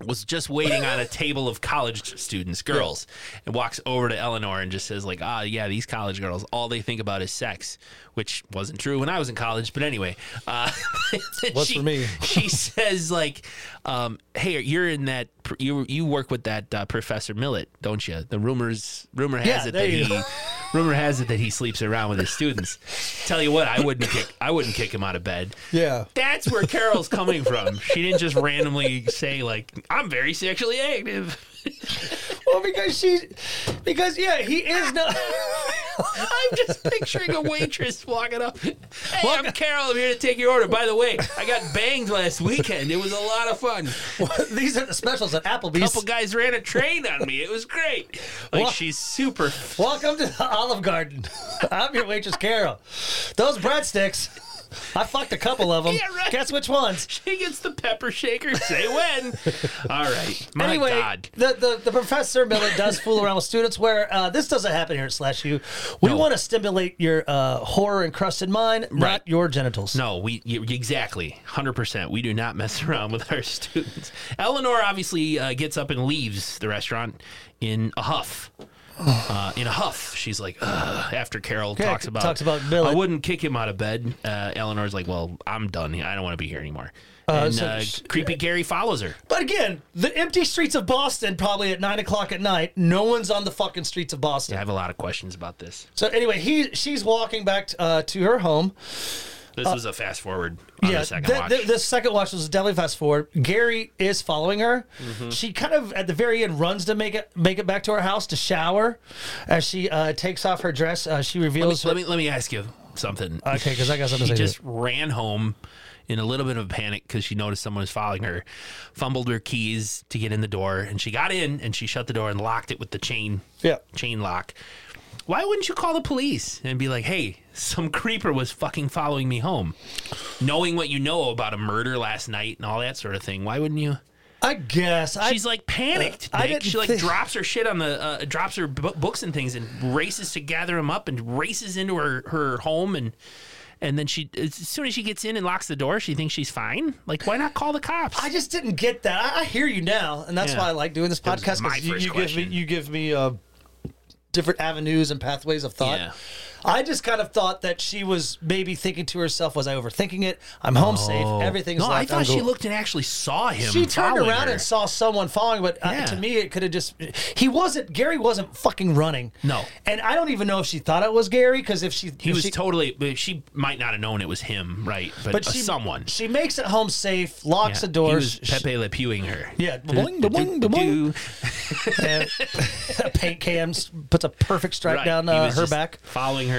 B: was just waiting on a table of college students, girls, and walks over to Eleanor and just says, like, ah, yeah, these college girls, all they think about is sex, which wasn't true when I was in college. But anyway, uh,
A: Was for me.
B: she says, like, um, hey, you're in that, you you work with that uh, Professor Millet, don't you? The rumors, rumor has
A: Yeah,
B: it
A: there
B: that
A: you
B: he,
A: go.
B: rumor has it that he sleeps around with his students. Tell you what, I wouldn't kick, I wouldn't kick him out of bed.
A: Yeah.
B: That's where Carol's coming from. She didn't just randomly say like, "I'm very sexually active."
A: Well, because she, because yeah, he is not.
B: I'm just picturing a waitress walking up. Hey, I'm Carol. I'm here to take your order. By the way, I got banged last weekend. It was a lot of fun.
A: These are the specials at
B: A
A: Applebee's.
B: couple guys ran a train on me. It was great. Like
A: What?
B: she's super.
A: Welcome to the Olive Garden. I'm your waitress, Carol. Those breadsticks. I fucked a couple of them.
B: Yeah, right.
A: Guess which ones?
B: She gets the pepper shaker. Say when. All right. My
A: anyway,
B: Oh, God.
A: The, the the professor Millet does fool around with students where uh, this doesn't happen here at Slash U. We
B: No.
A: want to stimulate your uh, horror encrusted mind,
B: Right.
A: not your genitals.
B: No, we y- exactly 100%. We do not mess around with our students. Eleanor obviously uh, gets up and leaves the restaurant in a huff. Uh, in a huff, she's like, Ugh, after Carol
A: Yeah,
B: talks about
A: talks about Billy.
B: I wouldn't kick him out of bed. Uh, Eleanor's like, well, I'm done. here. I don't want to be here anymore. and
A: so
B: uh,
A: sh-
B: creepy Gary follows her.
A: But again, the empty streets of Boston, probably at nine o'clock at night, no one's on the fucking streets of Boston.
B: I have a lot of questions about this.
A: So anyway, he she's walking back uh, to her home.
B: This was a fast forward on the second
A: Uh, th-
B: watch.
A: th- the second watch was definitely fast forward. Gary is following her.
B: Mm-hmm.
A: She kind of at the very end runs to make it make it back to her house to shower. As she uh, takes off her dress, uh, she reveals
B: let me let me ask you something.
A: Okay, 'cause I got something
B: She
A: to say to
B: just ran home in a little bit of a panic because she noticed someone was following her, fumbled her keys to get in the door, and she got in and she shut the door and locked it with the chain.
A: Yeah.
B: chain lock. Why wouldn't you call the police and be like, "Hey, some creeper was fucking following me home," knowing what you know about a murder last night and all that sort of thing? Why wouldn't you?
A: I guess I,
B: She's like panicked.
A: I
B: Nick.
A: didn't
B: She like
A: think-
B: drops her shit on the uh, drops her b- books and things and races to gather them up and races into her her home and and then she as soon as she gets in and locks the door, she thinks she's fine. Like why not call the cops?
A: I just didn't get that. I, I hear you now, and that's
B: Yeah.
A: why I like doing this
B: That was
A: podcast
B: my
A: because you,
B: first
A: you give me
B: question.
A: you give me uh, different avenues and pathways of thought.
B: Yeah.
A: I just kind of thought that she was maybe thinking to herself, "Was I overthinking it? I'm home
B: Oh.
A: safe. Everything's
B: no. I
A: locked. I'm
B: thought she
A: cool."
B: looked and actually saw him.
A: She turned
B: following
A: around
B: her.
A: and saw someone following, but uh,
B: Yeah.
A: to me, it could have just. He wasn't. Gary wasn't fucking running.
B: No.
A: And I don't even know if she thought it was Gary because if she.
B: He
A: if
B: was
A: she,
B: totally. but She might not have known it was him, right? But,
A: But
B: uh,
A: she,
B: someone.
A: She makes it home safe, locks the
B: He
A: doors.
B: was Pepe Le Pewing her.
A: Yeah. Boing, boing, boing. and paint cams puts a perfect stripe
B: Right.
A: down
B: He
A: uh,
B: was
A: her
B: just
A: back.
B: following her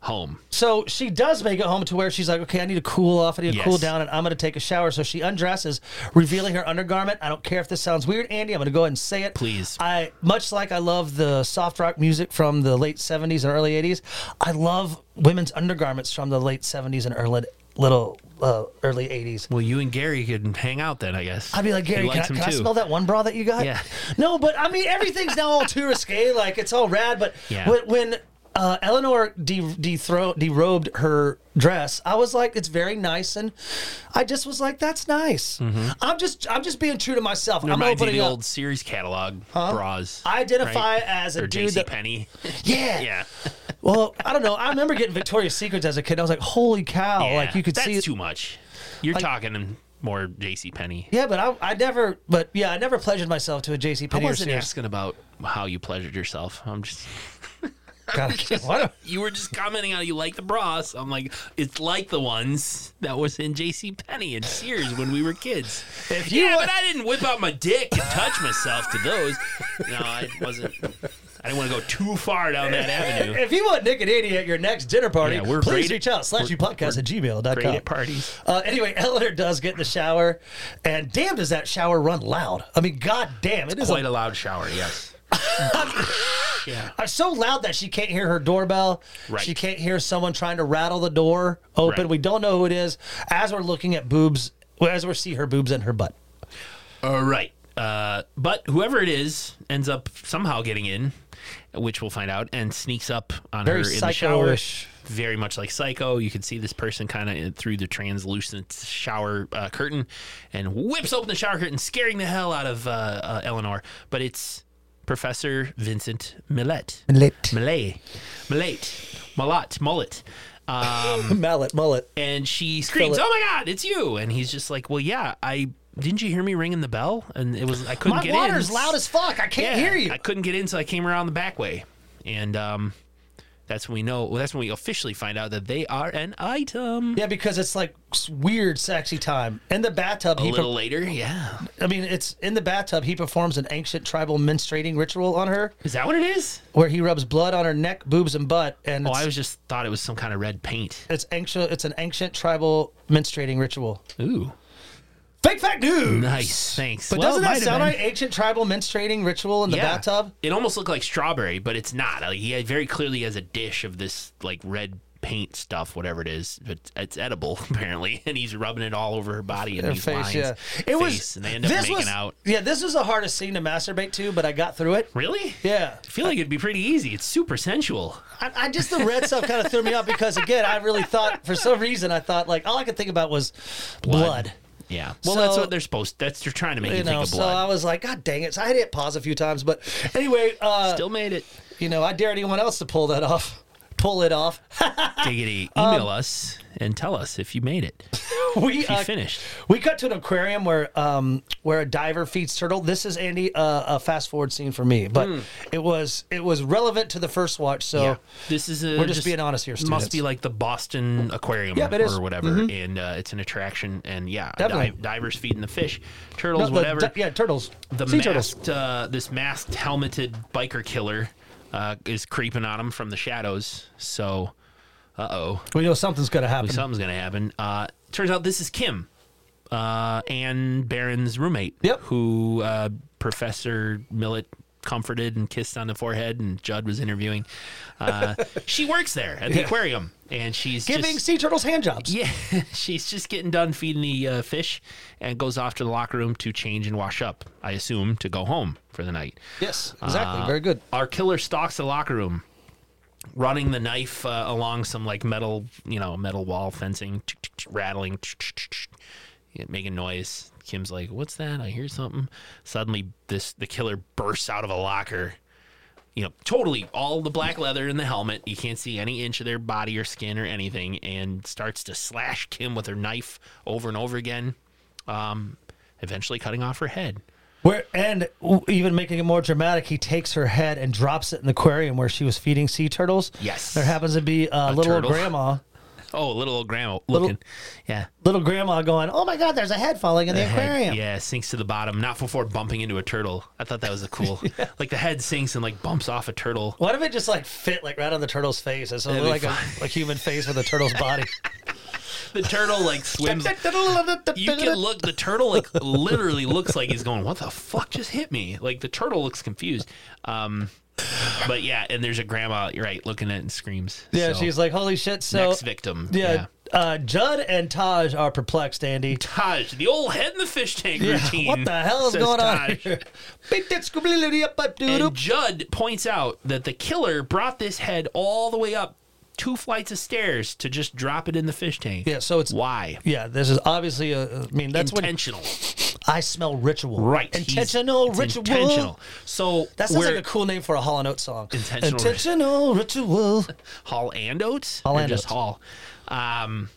B: home.
A: So she does make it home to where she's like, okay, I need to cool off. I need to
B: Yes.
A: cool down, and I'm going to take a shower. So she undresses, revealing her undergarment. I don't care if this sounds weird, Andy. I'm going to go ahead and say it.
B: Please.
A: I much like I love the soft rock music from the late 70s and early 80s. I love women's undergarments from the late 70s and early little uh, early 80s.
B: Well, you and Gary could hang out then, I guess.
A: I'd be like,
B: He
A: Gary, can, I,
B: likes
A: can
B: him
A: I
B: too.
A: smell that one bra that you got?
B: Yeah.
A: No, but I mean, everything's now all too risque. Like, it's all rad. But
B: Yeah.
A: when, when uh, Eleanor de- dethro- derobed her dress, I was like, it's very nice. And I just was like, that's nice. I'm just I'm just being true to myself. I'm
B: Mm-hmm. Reminds me of
A: opening
B: the
A: up.
B: old Sears catalog bras.
A: I identify
B: right?
A: as a
B: or
A: dude
B: JC
A: that.
B: Penny.
A: Yeah.
B: yeah.
A: Well, I don't know. I remember getting Victoria's Secrets as a kid. I was like, holy cow. Oh, Like,
B: Yeah,
A: you could
B: that's
A: see.
B: too much. You're talking more JC Penny.
A: yeah, but I, I never, but yeah, I never pledged myself to a JC
B: I
A: Penney or
B: wasn't
A: Sears.
B: asking about how you pleasured yourself. I'm just
A: God, I can't- why do-
B: you were just commenting how you like the bras. I'm like, it's like the ones that was in JC Penny and Sears when we were kids.
A: If you
B: yeah,
A: wa-
B: but I didn't whip out my dick and touch myself to those. No, I wasn't. I didn't want to go too far down that avenue.
A: If you want Nick and Andy at your next dinner party,
B: Yeah, we're
A: please
B: great
A: reach
B: at-
A: out. Slash you podcast at
B: Great at
A: gmail.com.
B: parties.
A: Uh, anyway, Eleanor does get in the shower, and damn, does that shower run loud. I mean, god damn, it is
B: Quite
A: a,
B: a loud shower, yes. yeah.
A: uh, so loud that she can't hear her doorbell.
B: Right.
A: She can't hear someone trying to rattle the door open.
B: Right.
A: We don't know who it is. As we're looking at boobs, well, as we see her boobs and her butt.
B: All right. Uh, but whoever it is ends up somehow getting in, which we'll find out, and sneaks up on
A: Very
B: her in the shower.
A: psycho-ish.
B: Very much like Psycho. You can see this person kind of through the translucent shower uh, curtain and whips open the shower curtain, scaring the hell out of uh, uh, Eleanor. But it's Professor Vincent Millet. Millet. Millet. Mullet. Mullet. Um,
A: Mallet, mullet.
B: and she screams,
A: Philip.
B: "Oh my god, it's you!" And he's just like, "Well, yeah, I didn't you hear me ringing the bell?" And it was I couldn't
A: My
B: get
A: water's
B: in.
A: loud as fuck. I can't
B: Yeah,
A: hear you.
B: I couldn't get in, so I came around the back way, and um, that's when we know. Well, that's when we officially find out that they are an item.
A: yeah, because it's like s- weird, sexy time. In the bathtub,
B: A
A: he
B: little later, yeah.
A: I mean, it's in the bathtub. He performs an ancient tribal menstruating ritual on her,
B: Is that what it is?
A: where he rubs blood on her neck, boobs, and butt. And
B: Oh,
A: it's,
B: I was just thought it was some kind of red paint.
A: it's ancient. It's an ancient tribal menstruating ritual.
B: Ooh,
A: Fake fact news.
B: nice, thanks.
A: But
B: Well,
A: doesn't
B: it might
A: that
B: have
A: sound
B: been.
A: like ancient tribal menstruating ritual in the
B: Yeah.
A: bathtub?
B: It almost looked like strawberry, but it's not. Like, he had very clearly has a dish of this like red paint stuff, whatever it is, but it's edible apparently, and he's rubbing it all over her body and
A: Her
B: these
A: face,
B: lines,
A: yeah. It
B: face,
A: was.
B: and they end up
A: this
B: making
A: was,
B: out.
A: Yeah, this was the hardest scene to masturbate to, but I got through it.
B: Really?
A: Yeah.
B: I feel like it'd be pretty easy. It's super sensual.
A: I, I just the red stuff kind of threw me off because again, I really thought for some reason I thought like all I could think about was blood.
B: Yeah. Well, that's
A: So-
B: what they're supposed. That's they're trying to make you,
A: You know,
B: think of
A: so
B: blood.
A: I was like, God dang it! So I had to hit pause a few times, but anyway, uh,
B: Still made it.
A: you know, I dare anyone else to pull that off, pull it off.
B: Diggity, email us and tell us if you made it.
A: we
B: If you
A: Um, uh,
B: finished.
A: we cut to an aquarium where um where a diver feeds turtle. This is Andy uh, a fast forward scene for me,
B: Hmm.
A: but it was it was relevant to the first watch. So
B: This is a,
A: We're just being honest here, students. Mm-hmm.
B: Must be like the Boston Aquarium
A: Yeah, but it
B: or
A: is. Mm-hmm.
B: whatever, and uh, it's an attraction. And yeah, a
A: Definitely.
B: dive, divers feeding the fish,
A: No,
B: turtles,
A: the-
B: whatever.
A: yeah, turtles,
B: the
A: sea turtles.
B: masked, uh, this masked helmeted biker killer uh, is creeping on him from the shadows. So, uh oh,
A: We know something's gonna happen.
B: something's gonna happen. Uh, turns out this is Kim, uh, Anne Barron's roommate.
A: Yep.
B: Who uh, Professor Millet comforted and kissed on the forehead, and Judd was interviewing. Uh, she works there at the
A: Yeah.
B: aquarium, and she's
A: Giving
B: just-
A: sea turtles hand jobs.
B: yeah, she's just getting done feeding the uh, fish and goes off to the locker room to change and wash up, I assume, to go home for the night.
A: Yes, exactly.
B: Uh,
A: Very good.
B: Our killer stalks the locker room, running the knife uh, along some like metal, you know, metal wall fencing, rattling, yeah, making noise. Kim's like, "What's that? I hear something." Suddenly, this the killer bursts out of a locker. You know, totally all the black leather and the helmet. You can't see any inch of their body or skin or anything, and starts to slash Kim with her knife over and over again. Um, eventually, cutting off her head.
A: Where and w- even making it more dramatic, he takes her head and drops it in the aquarium where she was feeding sea turtles.
B: Yes.
A: there happens to be a, little old
B: turtle.
A: grandma,
B: Oh, little old grandma looking. yeah.
A: little grandma going, "Oh my God, there's a head falling in the,
B: head,
A: aquarium."
B: yeah, sinks to the bottom, not before bumping into a turtle. I thought that was a cool. Like the head sinks and like bumps off a turtle.
A: What if it just like fit like right on the turtle's face? It's
B: be
A: like a, a human face with a turtle's body.
B: The turtle like swims. You can look. The turtle like literally looks like he's going, "What the fuck just hit me?" Like the turtle looks confused. Um, but yeah, and there's a grandma right looking at it and screams.
A: yeah,
B: So,
A: she's like, "Holy shit!" So
B: next victim.
A: yeah. Uh, Judd and Taj are perplexed, Andy.
B: Taj, the old head in the fish tank
A: Yeah,
B: routine.
A: what the hell is
B: says
A: going on
B: Taj.
A: here? Beat that scooby up up doo
B: And Judd points out that the killer brought this head all the way up two flights of stairs to just drop it in the fish tank.
A: Yeah, so it's
B: Why?
A: yeah. This is obviously a. I mean, that's when
B: intentional.
A: I smell ritual.
B: right. He's-
A: intentional
B: it's
A: ritual.
B: Intentional. So
A: That sounds
B: we're
A: like a cool name for a Hall and Oates song.
B: Intentional-
A: Intentional ritual.
B: Hall and Oates?
A: Hall
B: or
A: and
B: just
A: Oates.
B: Hall. Um,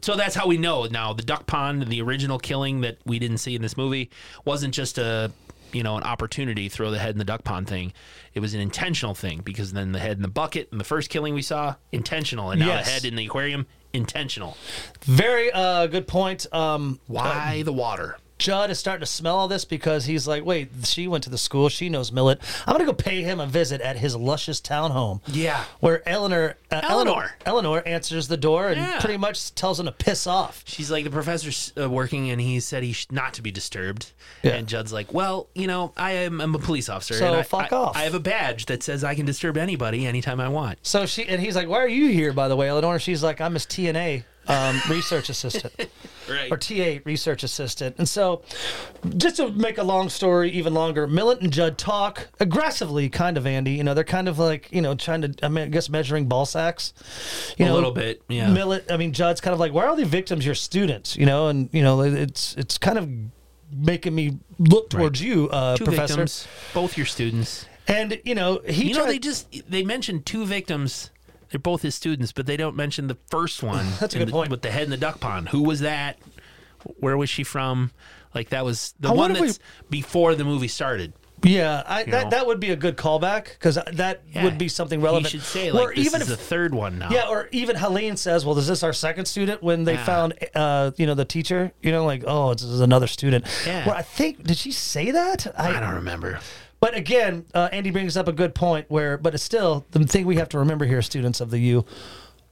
B: so that's how we know now the duck pond, the original killing that we didn't see in this movie, wasn't just a you know an opportunity throw the head in the duck pond thing. It was an intentional thing because then the head in the bucket and the first killing we saw intentional, and now
A: Yes.
B: the head in the aquarium intentional.
A: Very uh, good point. Um,
B: Why the water?
A: Judd is starting to smell all this because he's like, wait, she went to the school. She knows Millet. I'm going to go pay him a visit at his luscious townhome.
B: Yeah.
A: Where Eleanor, uh,
B: Eleanor.
A: Eleanor answers the door and
B: Yeah.
A: pretty much tells him to piss off.
B: She's like, the professor's uh, working, and he said he's not to be disturbed.
A: Yeah.
B: And Judd's like, well, you know, I am I'm a police officer.
A: So
B: and I,
A: fuck
B: I-
A: off."
B: I have a badge that says I can disturb anybody anytime I want.
A: So she and he's like, "Why are you here, by the way, Eleanor?" She's like, "I'm his TNA um, research assistant
B: Right.
A: or TA research assistant." And so, just to make a long story even longer, Millet and Judd talk aggressively, kind of Andy. You know, they're kind of like you know trying to, I, mean, I guess, measuring ball sacks. You
B: a
A: know,
B: little bit. Yeah.
A: Millet, I mean, Judd's kind of like, "Why are all the victims your students?" You know, and you know, it's it's kind of making me look towards you, uh,
B: two
A: professor.
B: victims, both your students.
A: And you know, he
B: You know,
A: tried-
B: they just they mentioned two victims. They're both his students, but they don't mention the first one.
A: That's a
B: in
A: good
B: the-
A: point.
B: With the head in the duck pond, who was that? Where was she from? Like that was the
A: I
B: one
A: wonder if we-
B: that's before the movie started.
A: Yeah, I,
B: know?
A: that, that would be a good callback because that
B: Yeah.
A: would be something relevant.
B: He should say like
A: or
B: this
A: even
B: is
A: if,
B: the third one now.
A: yeah, or even Helene says, "Well, is this our second student?" When they
B: Yeah.
A: found, uh, you know, the teacher, you know, like, "Oh, this is another student."
B: Yeah.
A: Well, I think did she say that?
B: I don't remember.
A: But again, uh, Andy brings up a good point where, but it's still the thing we have to remember here, students of the U,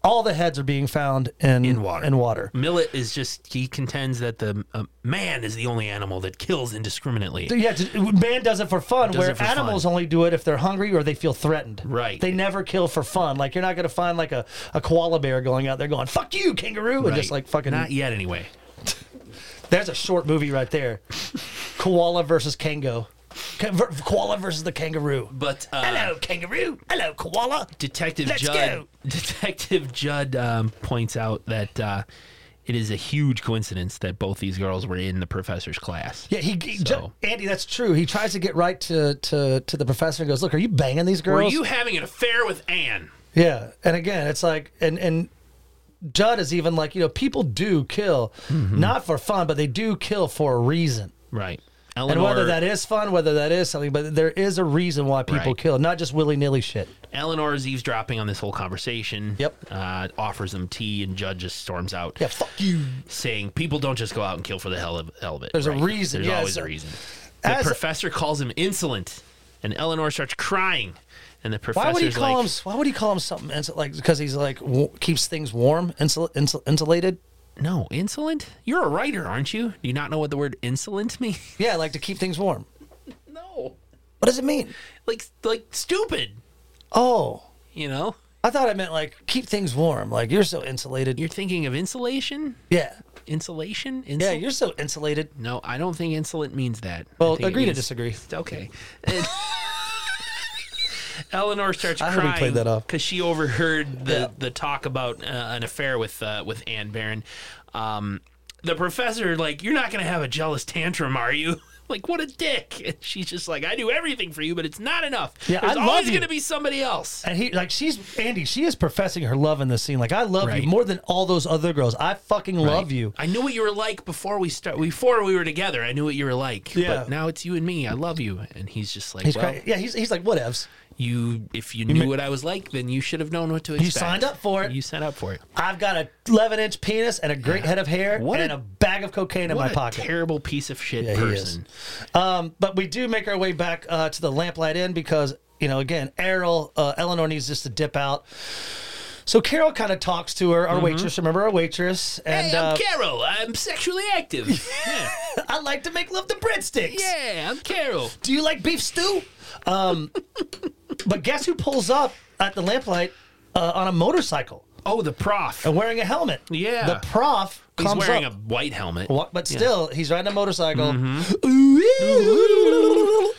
A: All the heads are being found in
B: In water.
A: In water.
B: Millet is just, he contends that the uh, man is the only animal that kills indiscriminately.
A: Yeah, just- man does it for fun.
B: Does
A: where
B: it for
A: animals only do it if they're hungry or they feel threatened.
B: Right.
A: They never kill for fun. Like you're not gonna find like a, a koala bear going out there going "fuck you, kangaroo" and just
B: Right.
A: like fucking.
B: Not yet, anyway.
A: There's a short movie right there. koala versus kango. Ka- ver- Koala versus the kangaroo.
B: But uh,
A: Hello, kangaroo. Hello, koala.
B: Detective
A: Let's
B: Judd.
A: go.
B: Detective Judd um, points out that uh, it is a huge coincidence that both these girls were in the professor's class.
A: Yeah, he, he-
B: So-
A: Andy. That's true. He tries to get right to to to the professor and goes, "Look, are you banging these
B: Were
A: girls?"
B: you having an affair with Anne?
A: Yeah, and again, it's like and and Judd is even like you know people do kill
B: Mm-hmm.
A: not for fun, but they do kill for a reason.
B: Right.
A: And
B: Eleanor,
A: whether that is fun, whether that is something, but there is a reason why people
B: Right.
A: kill, not just willy nilly shit.
B: Eleanor is eavesdropping on this whole conversation.
A: Yep.
B: Uh, offers them tea, and Judd just storms out,
A: Yeah, fuck you.
B: saying, "People don't just go out and kill for the hell of, hell of it.
A: There's a reason,
B: There's
A: yeah,
B: always
A: so-
B: a reason." The
A: As-
B: professor calls him insolent, and Eleanor starts crying. And the professor's
A: Why would he call
B: like,
A: him? Why would he call him something? Insul- like because he's like w- keeps things warm, insul- insul- insulated.
B: No, insolent? You're a writer, aren't you? Do you not know what the word insolent means?
A: Yeah, like to keep things warm.
B: no.
A: What does it mean?
B: Like like stupid,
A: Oh,
B: you know?
A: I thought it meant like keep things warm. Like you're so insulated.
B: You're thinking of insulation?
A: Yeah,
B: Insulation? Insul-
A: yeah, you're so insulated.
B: No, I don't think insolent means that. I
A: Well,
B: think it
A: agree to
B: means-
A: disagree.
B: Okay. And- Eleanor starts
A: I heard he played
B: crying
A: that off.
B: because she overheard the,
A: Yeah.
B: the talk about uh, an affair with uh, with Anne Barron. Um, the professor, like, you're not going to have a jealous tantrum, are you? Like, what a dick. And she's just like, I do everything for you, but it's not enough.
A: Yeah,
B: There's
A: I love
B: always
A: you."
B: going to be somebody else.
A: And he like she's Andy, she is professing her love in this scene. Like I love
B: Right.
A: you more than all those other girls. I fucking love you.
B: I knew what you were like before we start. Before we were together, I knew what you were like.
A: Yeah.
B: But now it's you and me. I love you. And he's just like,
A: He's
B: well,
A: cra- yeah, he's he's like whatevs.
B: you if you knew what I was like, then you should have known what to expect.
A: signed up for it.
B: You signed up for it.
A: I've got a 11 inch penis and a great head of hair
B: What
A: and
B: a-
A: a, bag of cocaine in
B: What
A: my
B: a
A: pocket.
B: terrible piece of shit
A: Yeah, he is.
B: person.
A: um, but we do make our way back uh, to the Lamplight Inn because you know again, Errol uh, Eleanor needs just to dip out. So Carol kind of talks to her, our waitress. Remember our waitress, and
B: Hey, I'm
A: uh,
B: Carol. I'm sexually active. yeah.
A: I like to make love to breadsticks.
B: yeah, I'm Carol.
A: Do you like beef stew? Um, but guess who pulls up at the lamplight uh, on a motorcycle
B: Oh, the prof.
A: and wearing a helmet?
B: Yeah.
A: The prof
B: He's
A: comes
B: wearing
A: up,
B: a white helmet.
A: wa- but still he's riding a motorcycle.
B: Mm-hmm.
A: Ooh-wee.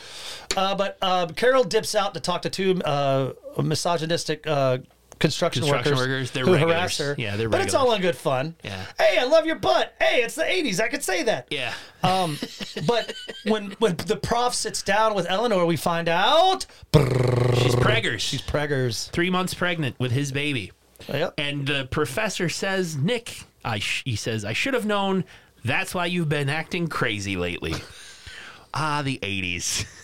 A: Uh, but uh, Carol dips out to talk to two uh, misogynistic. Uh, Construction,
B: Construction
A: workers,
B: workers, they're
A: who
B: regulars.
A: harass her.
B: Yeah, they're
A: But it's
B: regulars.
A: all in good fun.
B: Yeah.
A: Hey, I love your butt. Hey, it's the '80s. I could say that.
B: Yeah.
A: Um, but when when the prof sits down with Eleanor, we find out
B: She's preggers. She's
A: preggers.
B: three months pregnant with his baby.
A: Yep.
B: And the professor says, Nick, I sh-, he says, I should have known. That's why you've been acting crazy lately. ah, the 80s.